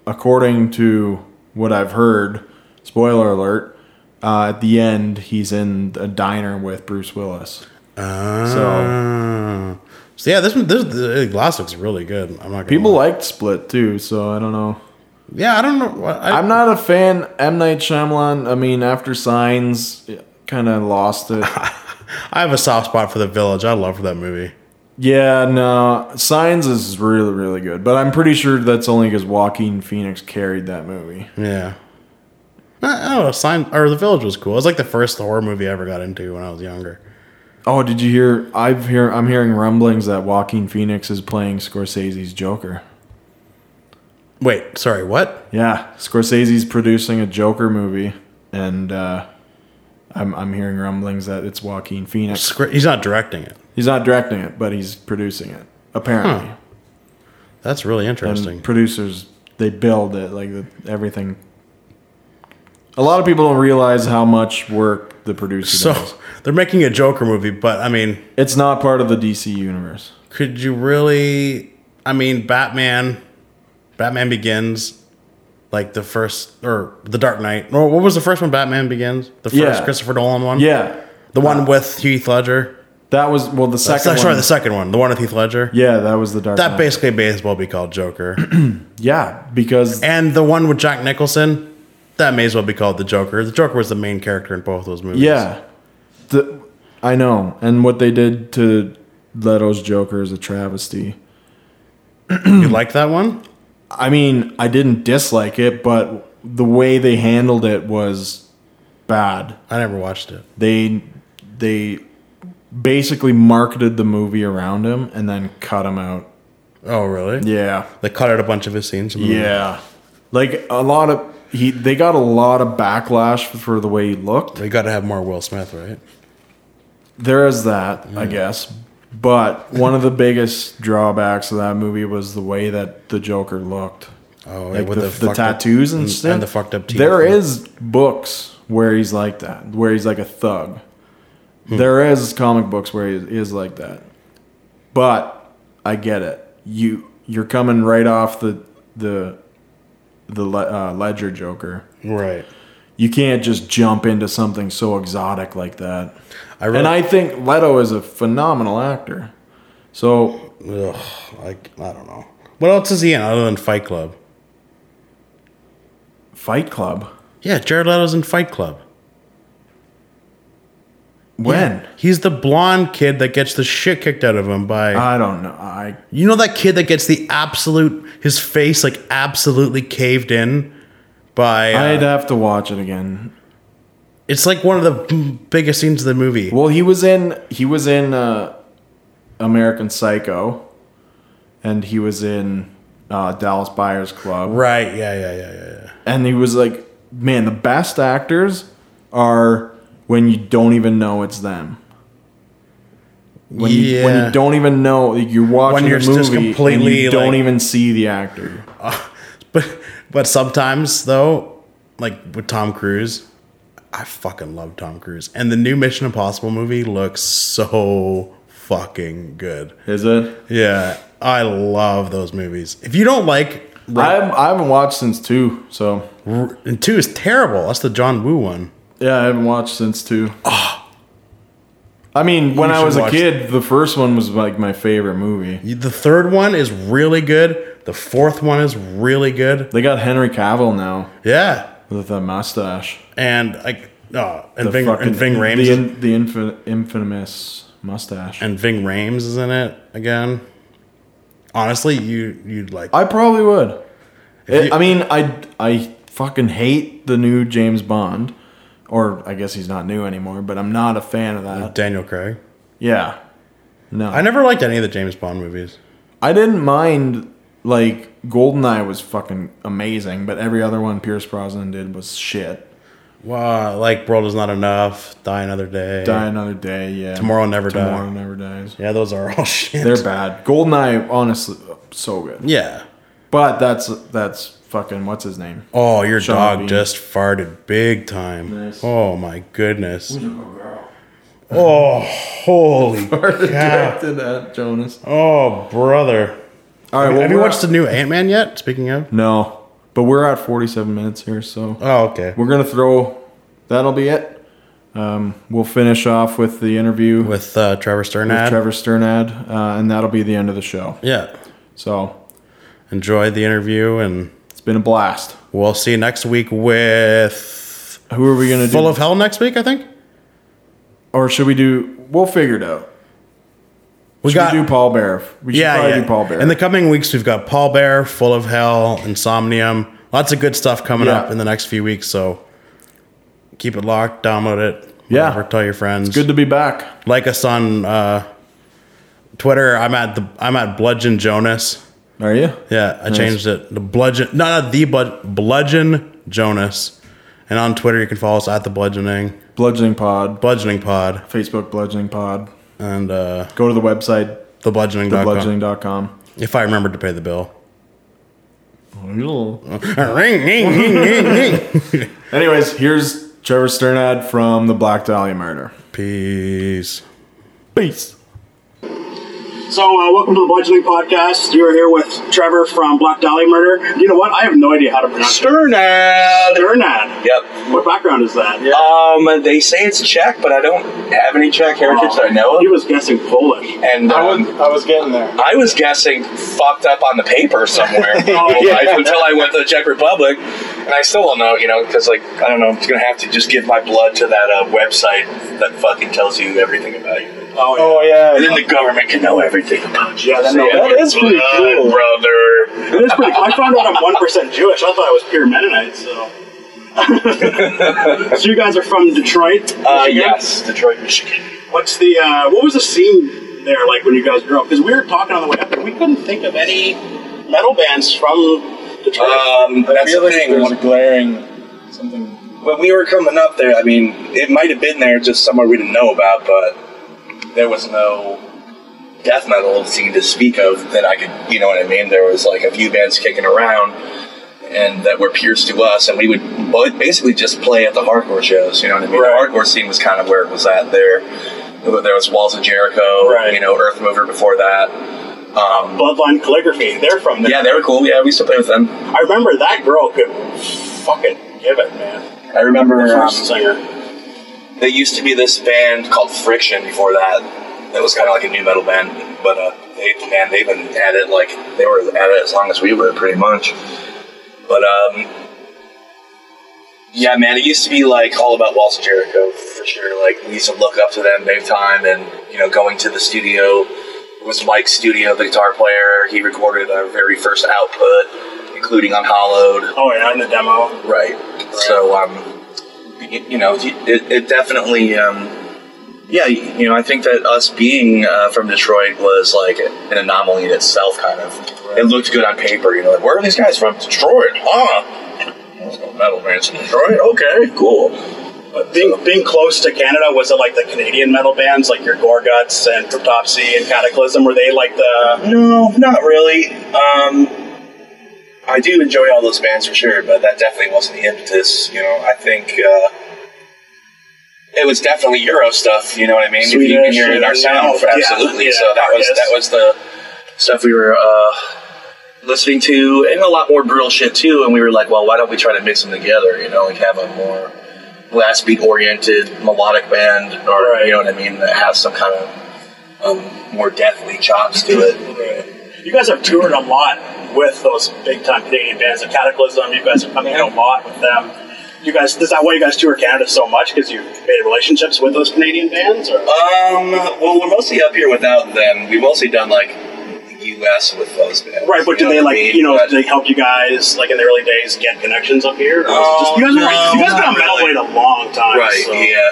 B: according to what I've heard, spoiler alert, uh, at the end he's in a diner with Bruce Willis.
A: Ah. so yeah, this one, this, this glass looks really good. I'm not gonna
B: People
A: lie.
B: liked Split too, so I don't know.
A: Yeah, I don't know. I,
B: I'm not a fan. M Night Shyamalan. I mean, after Signs, kind of lost it.
A: I have a soft spot for The Village. I love that movie.
B: Yeah, no. Signs is really, really good, but I'm pretty sure that's only because Joaquin Phoenix carried that movie.
A: Yeah. I, I don't know. Sign or The Village was cool. It was like the first horror movie I ever got into when I was younger.
B: Oh, did you hear? I've hear I'm hearing rumblings that Joaquin Phoenix is playing Scorsese's Joker.
A: Wait, sorry, what?
B: Yeah, Scorsese's producing a Joker movie, and uh, I'm I'm hearing rumblings that it's Joaquin Phoenix.
A: Scr- He's not directing it.
B: He's not directing it, but he's producing it apparently.
A: Huh. That's really Hmm. interesting.
B: and producers they build it like the, everything a lot of people don't realize how much work the producer does
A: so [LAUGHS] they're making a Joker movie, but I mean,
B: it's not part of the dc universe
A: could you really? I mean, Batman, Batman Begins, like the first or the Dark Knight. Or what was the first one? Batman Begins, the first
B: Yeah.
A: Christopher Nolan one.
B: yeah
A: the one with Heath Ledger.
B: that was well the second
A: Sorry,
B: one
A: the second one, the one with Heath Ledger.
B: yeah that was the dark
A: That
B: Knight.
A: basically may as well be called Joker. [CLEARS THROAT]
B: yeah because
A: And the one with Jack Nicholson, that may as well be called the Joker. The Joker was the main character in both those movies.
B: yeah the, i know and what they did to leto's joker is a travesty
A: you like that one?
B: I mean, I didn't dislike it, but the way they handled it was bad.
A: I never watched it.
B: they they basically marketed the movie around him and then cut him out.
A: Oh, really?
B: Yeah.
A: They cut out a bunch of his scenes. From the movie.
B: Yeah. Like a lot of he they got a lot of backlash for the way he looked.
A: They got to have more Will Smith, right?
B: There is that, I guess. But one of the biggest drawbacks of that movie was the way that the Joker looked.
A: Oh,
B: Like
A: with
B: the,
A: the
B: the,
A: fucked up-
B: tattoos and,
A: and-
B: stuff.
A: and the fucked up teeth.
B: There is books where he's like that, where he's like a thug.
A: Hmm.
B: There is comic books where he is like that. But I get it. You you're coming right off the the the le- uh, ledger Joker.
A: Right.
B: You can't just jump into something so exotic like that.
A: I really,
B: And I think Leto is a phenomenal actor. So
A: ugh, I, I don't know. What else is he in other than Fight Club?
B: Fight Club.
A: Yeah, Jared Leto's in Fight Club.
B: When?
A: He's the blonde kid that gets the shit kicked out of him by.
B: I don't know. I
A: you know that kid that gets the absolute. His face, like, absolutely caved in by. uh,
B: I'd have to watch it again.
A: it's like one of the biggest scenes of the movie.
B: Well, he was in he was in uh, American Psycho, and he was in uh, Dallas Buyers Club,
A: Right. Yeah, yeah, yeah, yeah, yeah.
B: and he was like, man, the best actors are when you don't even know it's them. When, you, when
A: Yeah.
B: you don't even know like, you're watching
A: When you're
B: the
A: just
B: movie and
A: completely,
B: you don't
A: like-
B: even see the actor.
A: [LAUGHS] But but sometimes though, like with Tom Cruise, I fucking love Tom Cruise. And the new Mission Impossible movie looks so fucking good.
B: Is it?
A: Yeah, I love those movies. If you don't like
B: I haven't, I haven't watched since two, so
A: and two is terrible. That's the John Woo one.
B: Yeah, I haven't watched since two. I mean, when I
A: Ah. should
B: was a
A: watch-
B: kid, the first one was like my favorite movie.
A: You- The third one is really good. The fourth one is really good.
B: They got Henry Cavill now
A: Yeah,
B: with a mustache.
A: and like oh, and
B: The
A: Ving
B: fucking-
A: and Ving Rhames
B: The,
A: is-
B: in, the infin, infamous mustache.
A: and Ving Rhames is in it again. Honestly, you you'd like
B: I probably would.
A: If you-
B: I mean, I I fucking hate the new James Bond, or I guess he's not new anymore. But I'm not a fan of that.
A: Daniel Craig.
B: Yeah, no.
A: I never liked any of the James Bond movies.
B: I didn't mind like Goldeneye was fucking amazing, but every other one Pierce Brosnan did was shit.
A: Wow, like World is Not Enough, Die Another Day,
B: Die another day, yeah.
A: Tomorrow Never Dies.
B: Tomorrow never dies.
A: Yeah, those are all [LAUGHS] shit.
B: They're bad. Goldeneye, honestly, so good.
A: yeah.
B: But that's that's fucking what's his name?
A: Oh, your
B: Sean
A: dog
B: Bean.
A: just farted big time.
B: Nice.
A: Oh my goodness. Oh,
B: [LAUGHS]
A: holy cow.
B: Directed at Jonas.
A: Oh, brother.
B: All right, well,
A: Have you
B: we're
A: watched the
B: at-
A: new Ant Man yet? Speaking of.
B: No, but we're at 47 minutes here, so
A: Oh, okay.
B: we're gonna throw. That'll be it. Um, we'll finish off with the interview with,
A: With uh, Trevor Sternad.
B: Trevor Sternad, uh, and that'll be the end of the show.
A: Yeah.
B: So
A: Enjoyed the interview, and
B: it's been a blast.
A: we'll see you next week with
B: Who are we gonna do?
A: Full of Hell next week, I think.
B: or should we do? We'll figure it out.
A: We
B: Should
A: got
B: we do Paul Bear? We should
A: yeah,
B: probably
A: yeah.
B: do Paul Bear.
A: In the coming weeks, we've got Paul Bear, Full of Hell, Insomnium. Lots of good stuff coming
B: Yeah.
A: up in the next few weeks. So keep it locked, download it.
B: Yeah.
A: whatever, tell your friends.
B: Good to be back.
A: Like us on uh, Twitter. I'm at the I'm at Bludgeon Jonas.
B: Are you?
A: Yeah, I changed it. The Bludgeon, no, not the Blud, Bludgeon Jonas. And on Twitter, you can follow us at the Bludgeoning
B: Bludgeoning Pod,
A: Bludgeoning Pod
B: Facebook Bludgeoning Pod.
A: and uh,
B: Go to the website,
A: the Bludgeoning.
B: thebludgeoning.com.
A: If I remember to pay the bill. [LAUGHS]
B: Bludgeoning.com.
A: ring, ring, ring, ring, ring.
B: Anyways, here's Trevor Sternad from the Black Dahlia Murder.
A: Peace.
B: Peace.
C: So, uh, welcome to the Bludgeoning Podcast. You're here with Trevor from Black Dolly Murder. You know what? I have no idea how to pronounce it.
D: Sternad.
C: Sternad.
D: Yep.
C: What background is that?
D: Um, they say it's Czech, but I don't have any Czech heritage that I know
C: He
D: of.
C: was guessing Polish.
D: [LAUGHS] And um,
B: I was getting there.
D: I was guessing fucked up on the
B: [LAUGHS]
D: paper somewhere like, until I went to the Czech Republic, and I still don't know, you know, because like I don't know, I'm gonna have to just give my blood to that uh, website that fucking tells you everything about you.
C: Oh,
D: And then the government can know everything about you.
C: Yeah, that-
D: Say,
C: that
D: is pretty cool, brother.
C: It is pretty I found out I'm 1% Jewish. I thought I was pure
D: [LAUGHS]
C: Mennonite, so. [LAUGHS] so, you guys are from Detroit?
D: Uh,
C: Michigan?
D: yes, Detroit, Michigan.
C: What's the, uh, what was the scene there like when you guys grew up? Because we were talking on the way up and we couldn't think of any metal bands from Detroit.
D: Um, that's the thing.
B: glaring something.
D: when we were coming up there, I mean, it might have been there just somewhere we didn't know about, but there was no death metal scene to speak of that I could, you know what I mean? There was like a few bands kicking around and that were peers to us, and we would bo- basically just play at the hardcore shows, you know what I mean?
C: Right.
D: The hardcore scene was kind of where it was at there. There was Walls of Jericho,
C: Right.
D: you know, Earth Mover before that. Um,
C: Bloodline Calligraphy. They're from there.
D: yeah, they were cool. Yeah, we used to play with them.
C: I remember that girl could fucking give it, man.
D: I remember
C: The
D: um,
C: first singer.
D: there used to be this band called Friction before that. That was kind of like a new metal band, but uh, they, man, they've been at it like they were at it as long as we were, pretty much. But um, yeah, man, it used to be like all about Walls of Jericho for sure. Like we used to look up to them big time, and you know, going to the studio it was Mike's studio, the guitar player. He recorded our very first output, including Unhollowed.
C: Oh, yeah, in the demo.
D: Right. So, um, y- you know, it, it definitely, um, yeah, you know, I think that us being uh, from Detroit was like an anomaly in itself, kind of. It looked good on paper, you know, like, where are these guys from? Detroit, huh? So, Metal bands in Detroit? Okay, cool. But
C: Being, being close to Canada, was it like the Canadian metal bands, like your Gorguts and Cryptopsy and Cataclysm? Were they like the.
D: No, not really. Um, I do enjoy all those bands for sure, but that definitely wasn't the impetus. You know, I think uh, it was definitely Euro stuff. You know what I mean? if you can
C: Swedish
D: hear it in our
C: and-
D: sound,
C: yeah,
D: absolutely.
C: yeah,
D: so that was
C: yes.
D: that was the stuff we were uh, listening to, and a lot more brutal shit too. And we were like, well, why don't we try to mix them together? You know, like have a more blast beat oriented melodic band, or you know what I mean, that has some kind of um, more deathly chops to it.
C: You guys have toured a lot with those big time Canadian bands, the Cataclysm. You guys have come in a lot with them. You guys, is that why you guys tour Canada so much? Because you've made relationships with those Canadian bands? Or?
D: Um, well, we're mostly up here without them. We've mostly done like the U.S. with those bands.
C: Right, but
D: you
C: do
D: know
C: they
D: what I
C: like
D: mean?
C: you know
D: But-
C: do they help you guys like in the early days get connections up here? Or is it just, you guys,
D: Oh,
C: are, like, you
D: no,
C: guys been
D: not
C: on Metal
D: really.
C: Blade a long time,
D: right?
C: So.
D: Yeah.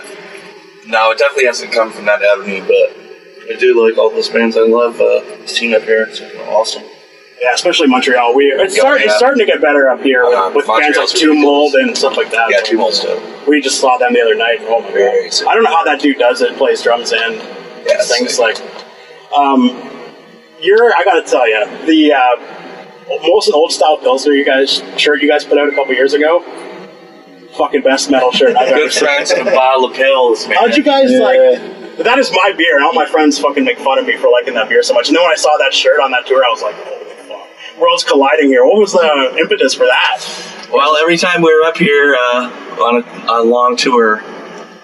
D: No, it definitely hasn't come from that avenue, but I do like all those bands. I love uh, seeing up here. It's been awesome.
C: Yeah, especially Montreal. We it's,
D: Yeah,
C: start,
D: yeah.
C: it's starting to get better up here
D: Uh,
C: with, with bands like
D: Montreal's
C: Two
D: ridiculous.
C: Mold and stuff like that.
D: Yeah, two months too.
C: We just saw them the other night. Oh my
D: Very
C: god!
D: sick.
C: I don't know how that dude does it. Plays drums and
D: Yeah,
C: things
D: sick.
C: like. Um, you're. I gotta tell you, the uh, most old style pilsner you guys shirt you guys put out a couple years ago. Fucking best metal shirt I've ever
D: [LAUGHS] Good
C: seen.
D: friends and a bottle of pills, man.
C: How'd you guys
B: Yeah.
C: like? That is my beer, and all my friends fucking make fun of me for liking that beer so much. And then when I saw that shirt on that tour, I was like, "Holy fuck, worlds colliding here!" What was the impetus for that?
D: Well, every time we were up here uh, on a, on a long tour,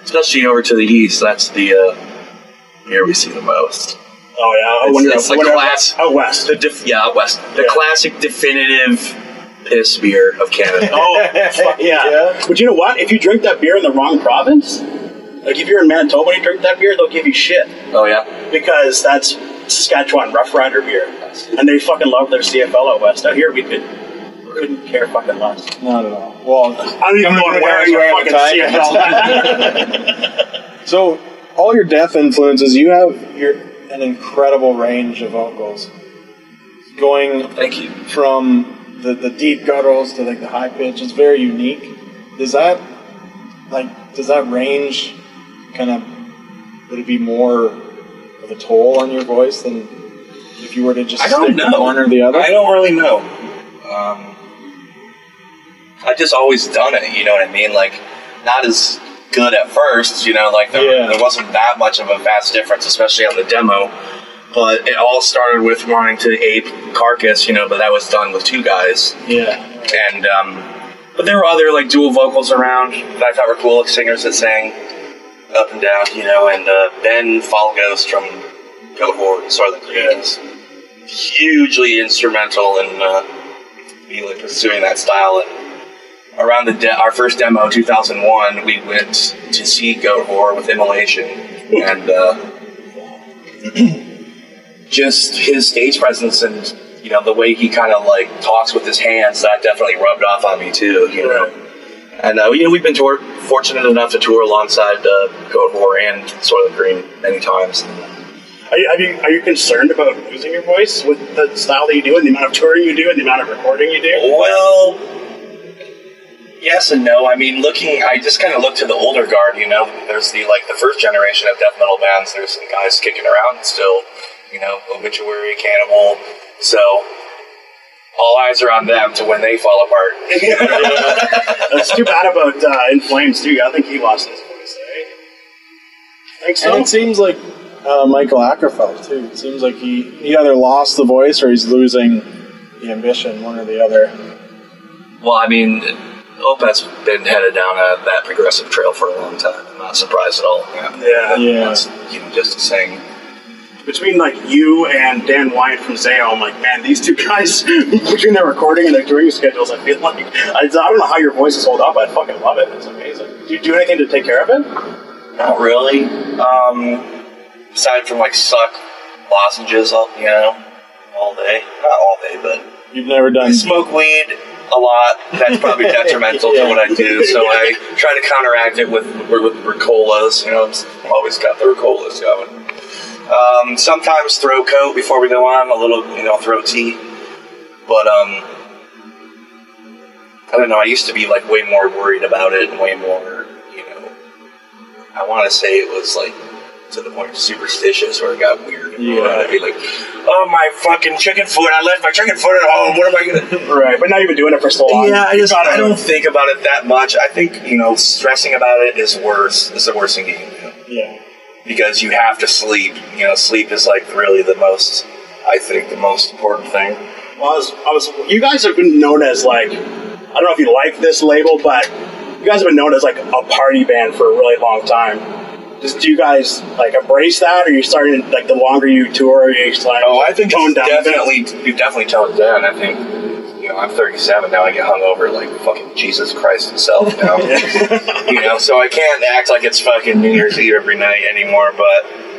D: especially over to the east, that's the uh, here we see the most.
C: Oh yeah,
D: It's-
C: when you're
D: it's like
C: when you're
D: class.
C: out west.
D: The
C: [LAUGHS]
D: def- yeah, out west. The
C: Yeah.
D: classic definitive piss beer of Canada.
C: Oh, fuck, yeah.
B: Yeah.
C: But you know what? If you drink that beer in the wrong province, like if you're in Manitoba and you drink that beer, they'll give you shit
D: [LAUGHS] oh yeah.
C: because that's Saskatchewan Rough Rider beer, and they fucking love their CFL out west. Out here, we could. Couldn't care fucking less.
B: Not at all. Well,
C: I don't even know
B: Coming from a guy
C: where your
B: wearing a
C: fucking
B: tie.
D: [LAUGHS]
C: CFL.
E: So, all your death influences, you have your an incredible range of vocals, going
D: Thank you.
E: from the, the deep gutturals to like the high pitch. It's very unique. Does that like does that range kind of would it be more of a toll on your voice than if you were to just
D: I don't
E: stick with
D: know.
E: one or the other?
D: I don't really know. Um, I've just always done it. You know what I mean? Like not as good at first. You know, like there,
E: Yeah.
D: there wasn't that much of a vast difference, especially on the demo. But it all started with wanting to ape Carcass. You know, but that was done with two guys.
E: Yeah.
D: and um, but there were other like dual vocals around that I thought were cool, like singers that sang up and down, you know. And uh, Ben Falgos from Goat Horde and Soylent Green is hugely instrumental in uh, me like pursuing that style. And around the de- our first demo, 2001, we went to see Goat Horde with Immolation, and. Uh, [CLEARS THROAT] just his stage presence and you know the way he kind of like talks with his hands that definitely rubbed off on me too you know and uh, you know we've been tour- fortunate enough to tour alongside uh, Goat War and Soylent Green many times
C: Are you, are, you, are you concerned about losing your voice with the style that you do and the amount of touring you do and the amount of recording
D: [LAUGHS]
C: you do?
D: Well, yes and no. I mean, looking, I just kind of look to the older guard. You know, there's the like the first generation of death metal bands. There's some guys kicking around still. You know, Obituary, Cannibal. So all eyes are on them to when they fall apart.
C: That's too bad about uh, In Flames, too. I think he lost his voice, eh? Think so?
E: And it seems like uh, Michael Ackerfeld too. It seems like he, he either lost the voice or he's losing the ambition, one or the other.
D: Well, I mean, Opeth's been headed down uh, that progressive trail for a long time. I'm not surprised at all. Yeah.
C: Yeah.
E: Yeah.
D: That's, you know, just a saying.
C: Between like you and Dan Wyatt from Zayo, I'm like, man, these two guys [LAUGHS] between their recording and their touring schedules, I feel like I, I don't know how your voices hold up. I fucking love it. It's amazing. Do you do anything to take care of it?
D: Not really. Um, aside from like suck lozenges up, you know, all day. Not all day, but
E: You've never done.
D: I smoke weed a lot. That's probably detrimental to what I do. So I try to counteract it with with Ricolas. You know, I've always got the Ricolas going. Um, sometimes throw coat before we go on. A little, you know, throw tea. But um, I don't know. I used to be like way more worried about it and way more, you know, I want to say it was like to the point of superstitious where it got weird.
E: Yeah.
D: I'd be like, oh my fucking chicken foot! I left my chicken foot at home. What am I gonna? [LAUGHS] Oh, do?
C: Right, but now you've been doing it for so long.
D: Yeah, I just
C: Gotta-
D: I don't think about it that much. I think you know stressing about it is worse. Is the worst thing you can do
E: Yeah.
D: because you have to sleep. You know, sleep is like really the most. I think the most important thing.
C: Well, I was, I was, you guys have been known as like, I don't know if you like this label, but you guys have been known as like a party band for a really long time. Just do you guys like embrace that, or you starting to, like the longer you tour, you just like
D: Oh, I think it's
C: tone down a bit?
D: definitely you definitely toned down. I think you know I'm 37 now. I get hungover like fucking Jesus Christ himself
C: [LAUGHS]
D: now. you know, so I can't act like it's fucking New Year's Eve every night anymore. But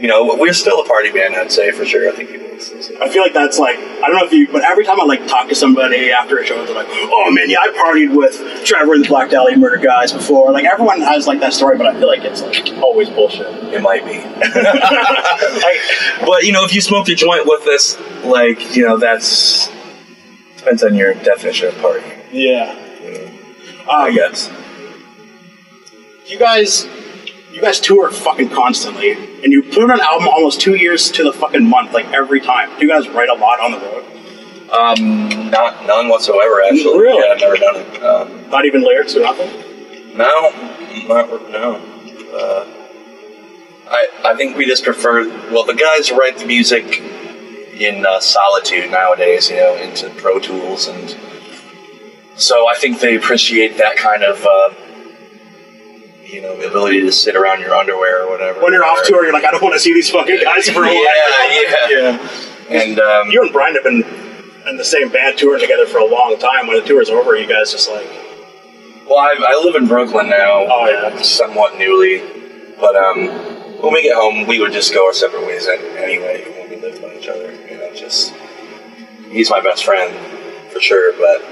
D: you know, we're still a party band. I'd say for sure. I think people. would say so.
C: I feel like that's like I don't know if you, but every time I like talk to somebody after a show, they're like, "Oh man, yeah, I partied with Trevor and the Black Dahlia Murder guys before." Like everyone has like that story, but I feel like it's like always bullshit.
D: It might
C: [LAUGHS]
D: be. I- but you know, if you smoked a joint with us, like you know, that's depends on your definition of party.
E: Yeah.
D: I guess.
C: you guys you guys tour fucking constantly and you put out an album almost two years to the fucking month like every time you guys write a lot on the road
D: Um, not none whatsoever. Actually,
C: Really?
D: yeah, I've never done it. Um,
C: not even lyrics or nothing
D: No, not r- no. Uh, I I think we just prefer. Well, the guys write the music in uh, solitude nowadays. You know, into Pro Tools, and so I think they appreciate that kind of. Uh, you know, the ability to sit around your underwear or whatever.
C: when you're off tour you're like i don't want to see these fucking guys for a
D: Yeah,
C: while
D: yeah.
E: Yeah.
D: And um,
C: you and brian have been in the same band touring together for a long time when the tour's over you guys just like
D: Well, I, I live in Brooklyn now,
C: Oh, yeah.
D: somewhat newly, but um, when we get home, we would just go our separate ways an- anyway. When we lived by each other, you know, just he's my best friend for sure, but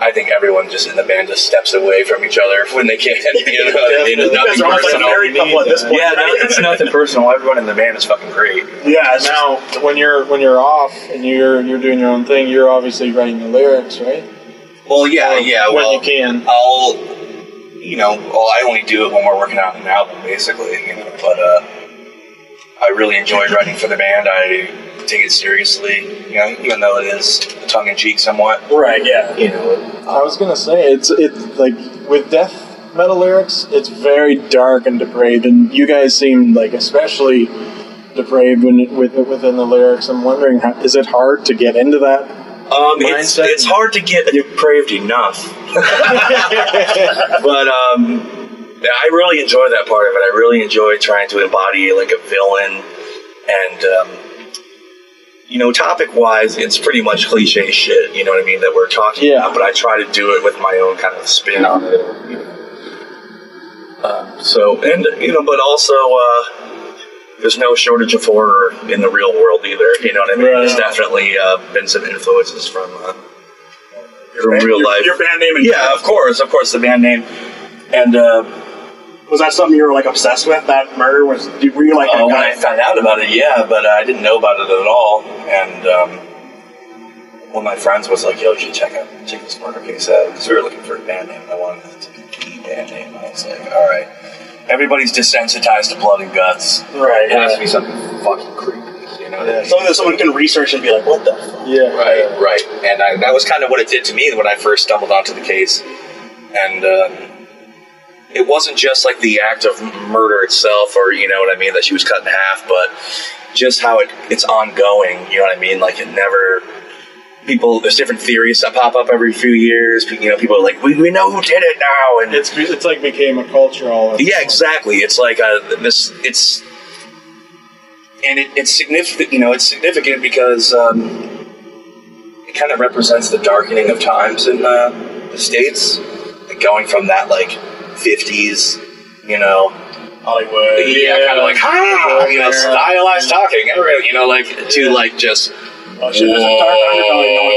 D: I think everyone just in the band just steps away from each other when they can. [LAUGHS] You know, what I mean?
C: you
D: It's
C: guys
D: nothing
C: are almost like a
D: personal.
C: married couple at this point
D: Yeah, no, it's nothing personal. Everyone in the band is fucking great.
C: [LAUGHS] yeah it's just-
E: Now, when you're when you're off and you're you're doing your own thing, you're obviously writing the lyrics, right?
D: Well, yeah, yeah.
E: When
D: well,
E: you can.
D: I'll, you know, well, I only do it when we're working out an album, basically. You know, but uh, I really enjoyed writing for the band. I take it seriously, you know, even though it is tongue in cheek somewhat.
C: right yeah
D: You know,
E: I was gonna say it's it's like with death metal lyrics, it's very dark and depraved, and you guys seem like especially depraved when it, with within the lyrics. I'm wondering, how, is it hard to get into that?
D: um, it's,
E: Mindset.
D: it's hard to get depraved enough, but um. Yeah, I really enjoy that part of it. I really enjoy trying to embody like a villain, and um, you know, topic-wise, it's pretty much cliche shit. You know what I mean that we're talking
E: Yeah.
D: about, but I try to do it with my own kind of spin on it. you know. Uh, so, and you know, but also, uh, there's no shortage of horror in the real world either. You know what I mean? There's definitely uh, been some influences from uh, from real life.
C: your band name and
D: yeah, of course, of course, the band name, and. Uh,
C: was that something you were like obsessed with that murder was did- were you like
D: Uh,
C: that
D: when
C: guy
D: I found out about it, yeah, but uh, I didn't know about it at all. And um, one of my friends was like, "Yo, you should check out check this murder case out," because we were looking for a band name. and I wanted it to be the band name. I was like, "All right, everybody's desensitized to blood and guts.
C: right
D: It has to
C: yeah.
D: be something fucking creepy, you know." what I mean?
C: something that someone can research and be like what the fuck
E: Yeah,
D: Right, right. And I, that was kind of what it did to me when I first stumbled onto the case. And um, it wasn't just like the act of murder itself, or you know what I mean, that she was cut in half, but just how it it's ongoing. You know what I mean? Like it never. People, there's different theories that pop up every few years. pe- You know, people are like, we, we know who did it now, and
E: It's it's like became a culture all. of-
D: yeah, exactly. It's like a this. It's and it, it's significant. You know, it's significant because um, it kind of represents the darkening of times in uh, the states, like going from that like '50s, you know,
E: Hollywood.
D: yeah, kind of like ha, you know, stylized talking, everything, you know, like to like just
E: Oh, shit, there's a dark underbelly, no one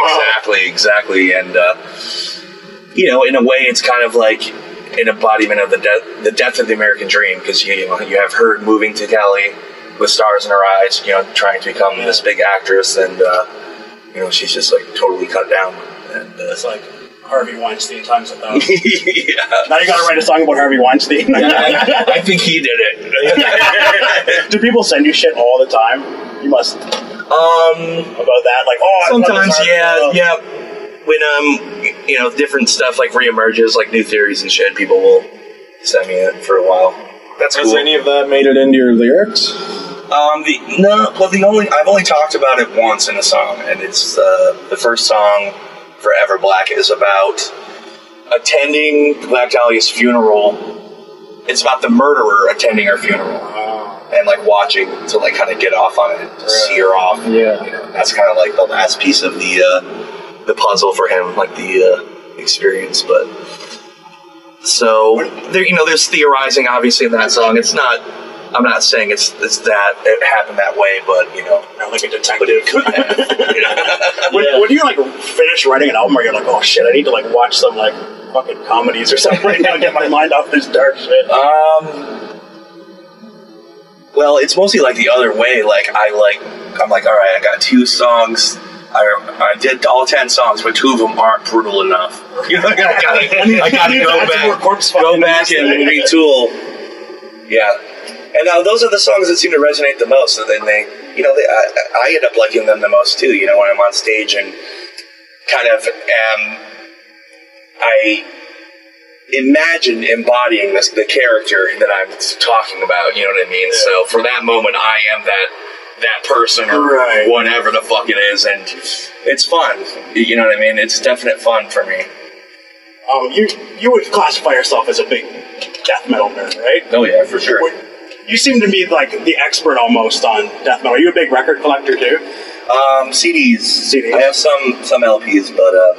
D: Whoa,
E: talks about it.
D: Exactly, exactly. And, uh, you know, in a way, it's kind of like an embodiment of the, death, the death of the American dream because you, you, know, you have her moving to Cali with stars in her eyes, you know, trying to become this big actress, and, uh, you know, she's just like totally cut down. And, uh,
C: It's like Harvey Weinstein times a thousand.
D: [LAUGHS] yeah.
C: now you got to write a song about Harvey Weinstein.
D: I, I think he did it.
C: [LAUGHS] Do people send you shit all the time? You must about
D: um,
C: that. Like, oh, I love this
D: sometimes
C: artist.
D: yeah
C: Oh.
D: yeah when um you know different stuff like reemerges like new theories and shit people will send me it for a while that's
E: Has
D: cool
E: any of that made it into your lyrics?
D: um the no well the only i've only talked about it once in a song and it's uh, the first song forever black is about attending black dahlia's funeral it's about the murderer attending her funeral and like watching to like kind of get off on it to see her off
E: Yeah.
D: you know, that's kind of like the last piece of the uh, the puzzle for him, like the uh, experience. But so there, you know, there's theorizing obviously in that song. It's not. I'm not saying it's it's that it happened that way, but you know,
C: You're like a
D: but
C: detective.
D: it could have. [LAUGHS] you know?
C: When, when you like finish writing an album, or you're like, oh shit, I need to like watch some like fucking comedies or something right now to get my mind off this dark shit.
D: Um. Well, it's mostly like the other way. Like I like, I'm like, all right, I got two songs. I, I did all ten songs, but two of them aren't brutal enough. [LAUGHS] You know, I gotta, I
C: [LAUGHS]
D: gotta go
C: That's more
D: back,
C: corpse
D: go
C: fucking
D: back and
C: than-
D: retool. Yeah, and now those are the songs that seem to resonate the most. And then they, you know, they, I, I end up liking them the most too. You know, when I'm on stage and kind of um, I imagine embodying this, the character that I'm talking about. You know what I mean? So for that moment, I am that that person or
C: Right.
D: whatever the fuck it is, and it's fun. You know what I mean? It's definite fun for me.
C: Um, you you would classify yourself as a big death metal nerd, right?
D: Oh yeah, for sure.
C: Would- You seem to be like the expert almost on death metal. Are you a big record collector too?
D: Um, CDs.
C: CDs.
D: I have some some LPs, but uh,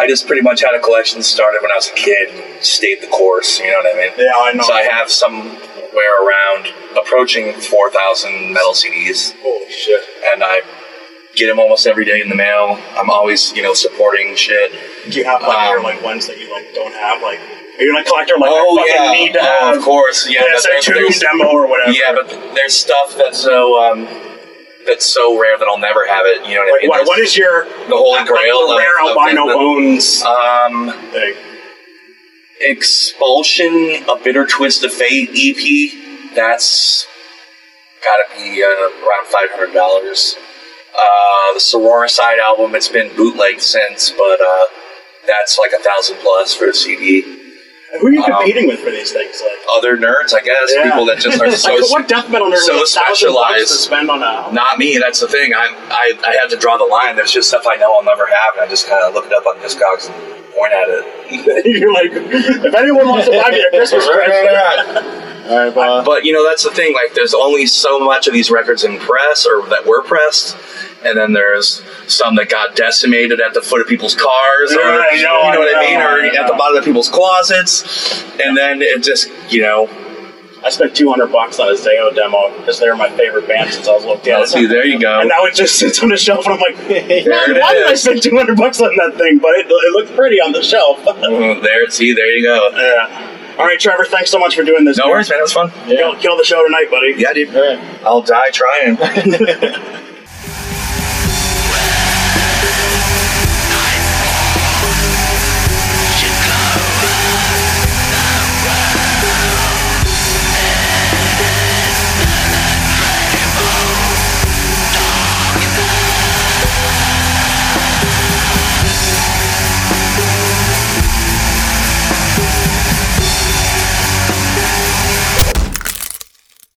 D: I just pretty much had a collection started when I was a kid. Stayed the course. You know what I mean?
C: Yeah, I know.
D: So I have somewhere around approaching four thousand metal CDs.
C: Holy shit!
D: and I get them almost every day in the mail. I'm always, you know, supporting shit.
C: Do you have like
D: Um,
C: your, like ones that you like don't have? Like, are you like collector? Like, I fucking need to
D: Oh,
C: have
D: of course, yeah.
C: this
D: but
C: tune
D: there's-
C: demo or whatever.
D: yeah, but there's stuff that's so um, that's so rare that I'll never have it. You know what I
C: like,
D: mean?
C: what, what is your
D: the holy
C: like,
D: grail
C: the
D: of-
C: rare
D: of
C: albino
D: the-
C: bones
D: um
C: thing?
D: expulsion? A bitter twist of fate EP. That's gotta be uh, around five hundred dollars. Uh, the Sorora side album, it's been bootlegged since, but uh, that's like a thousand plus for a CD.
C: And Who are you
D: Um,
C: competing with for these things? Like,
D: other nerds, I guess.
C: Yeah.
D: People that just are so.
C: [LAUGHS] Like, what death metal nerd
D: so
C: has a thousand
D: specialized.
C: bucks to spend on a? [LAUGHS]
D: not me. That's the thing. I'm, I I have to draw the line. There's just stuff I know I'll never have, and I just kind of look it up on Discogs and point at it.
C: You're like, if anyone wants to buy me
D: [LAUGHS]
C: a Christmas present,
E: [LAUGHS] All right, Bob.
D: but you know, that's the thing. Like, there's only so much of these records in press or that were pressed, and then there's some that got decimated at the foot of people's cars, or
C: Yeah, I know,
D: you know what I
C: I
D: mean,
C: know,
D: or
C: I know.
D: at the bottom of people's closets, and then it just you know.
C: I spent 200 bucks on a Zayo demo because they're my favorite band since I was a little kid.
D: See, there you go.
C: And now it just sits on the shelf, and I'm like,
D: There
C: "Man,
D: it
C: why did I
D: is.
C: spend 200 bucks on that thing? But it, it looked pretty on the shelf. [LAUGHS]
D: Mm, There, see, there you go.
C: yeah. All right, Trevor, thanks so much for doing this.
D: No worries, man. It was fun.
C: Kill, kill the show tonight, buddy.
D: Yeah, dude.
E: All right.
D: I'll die trying.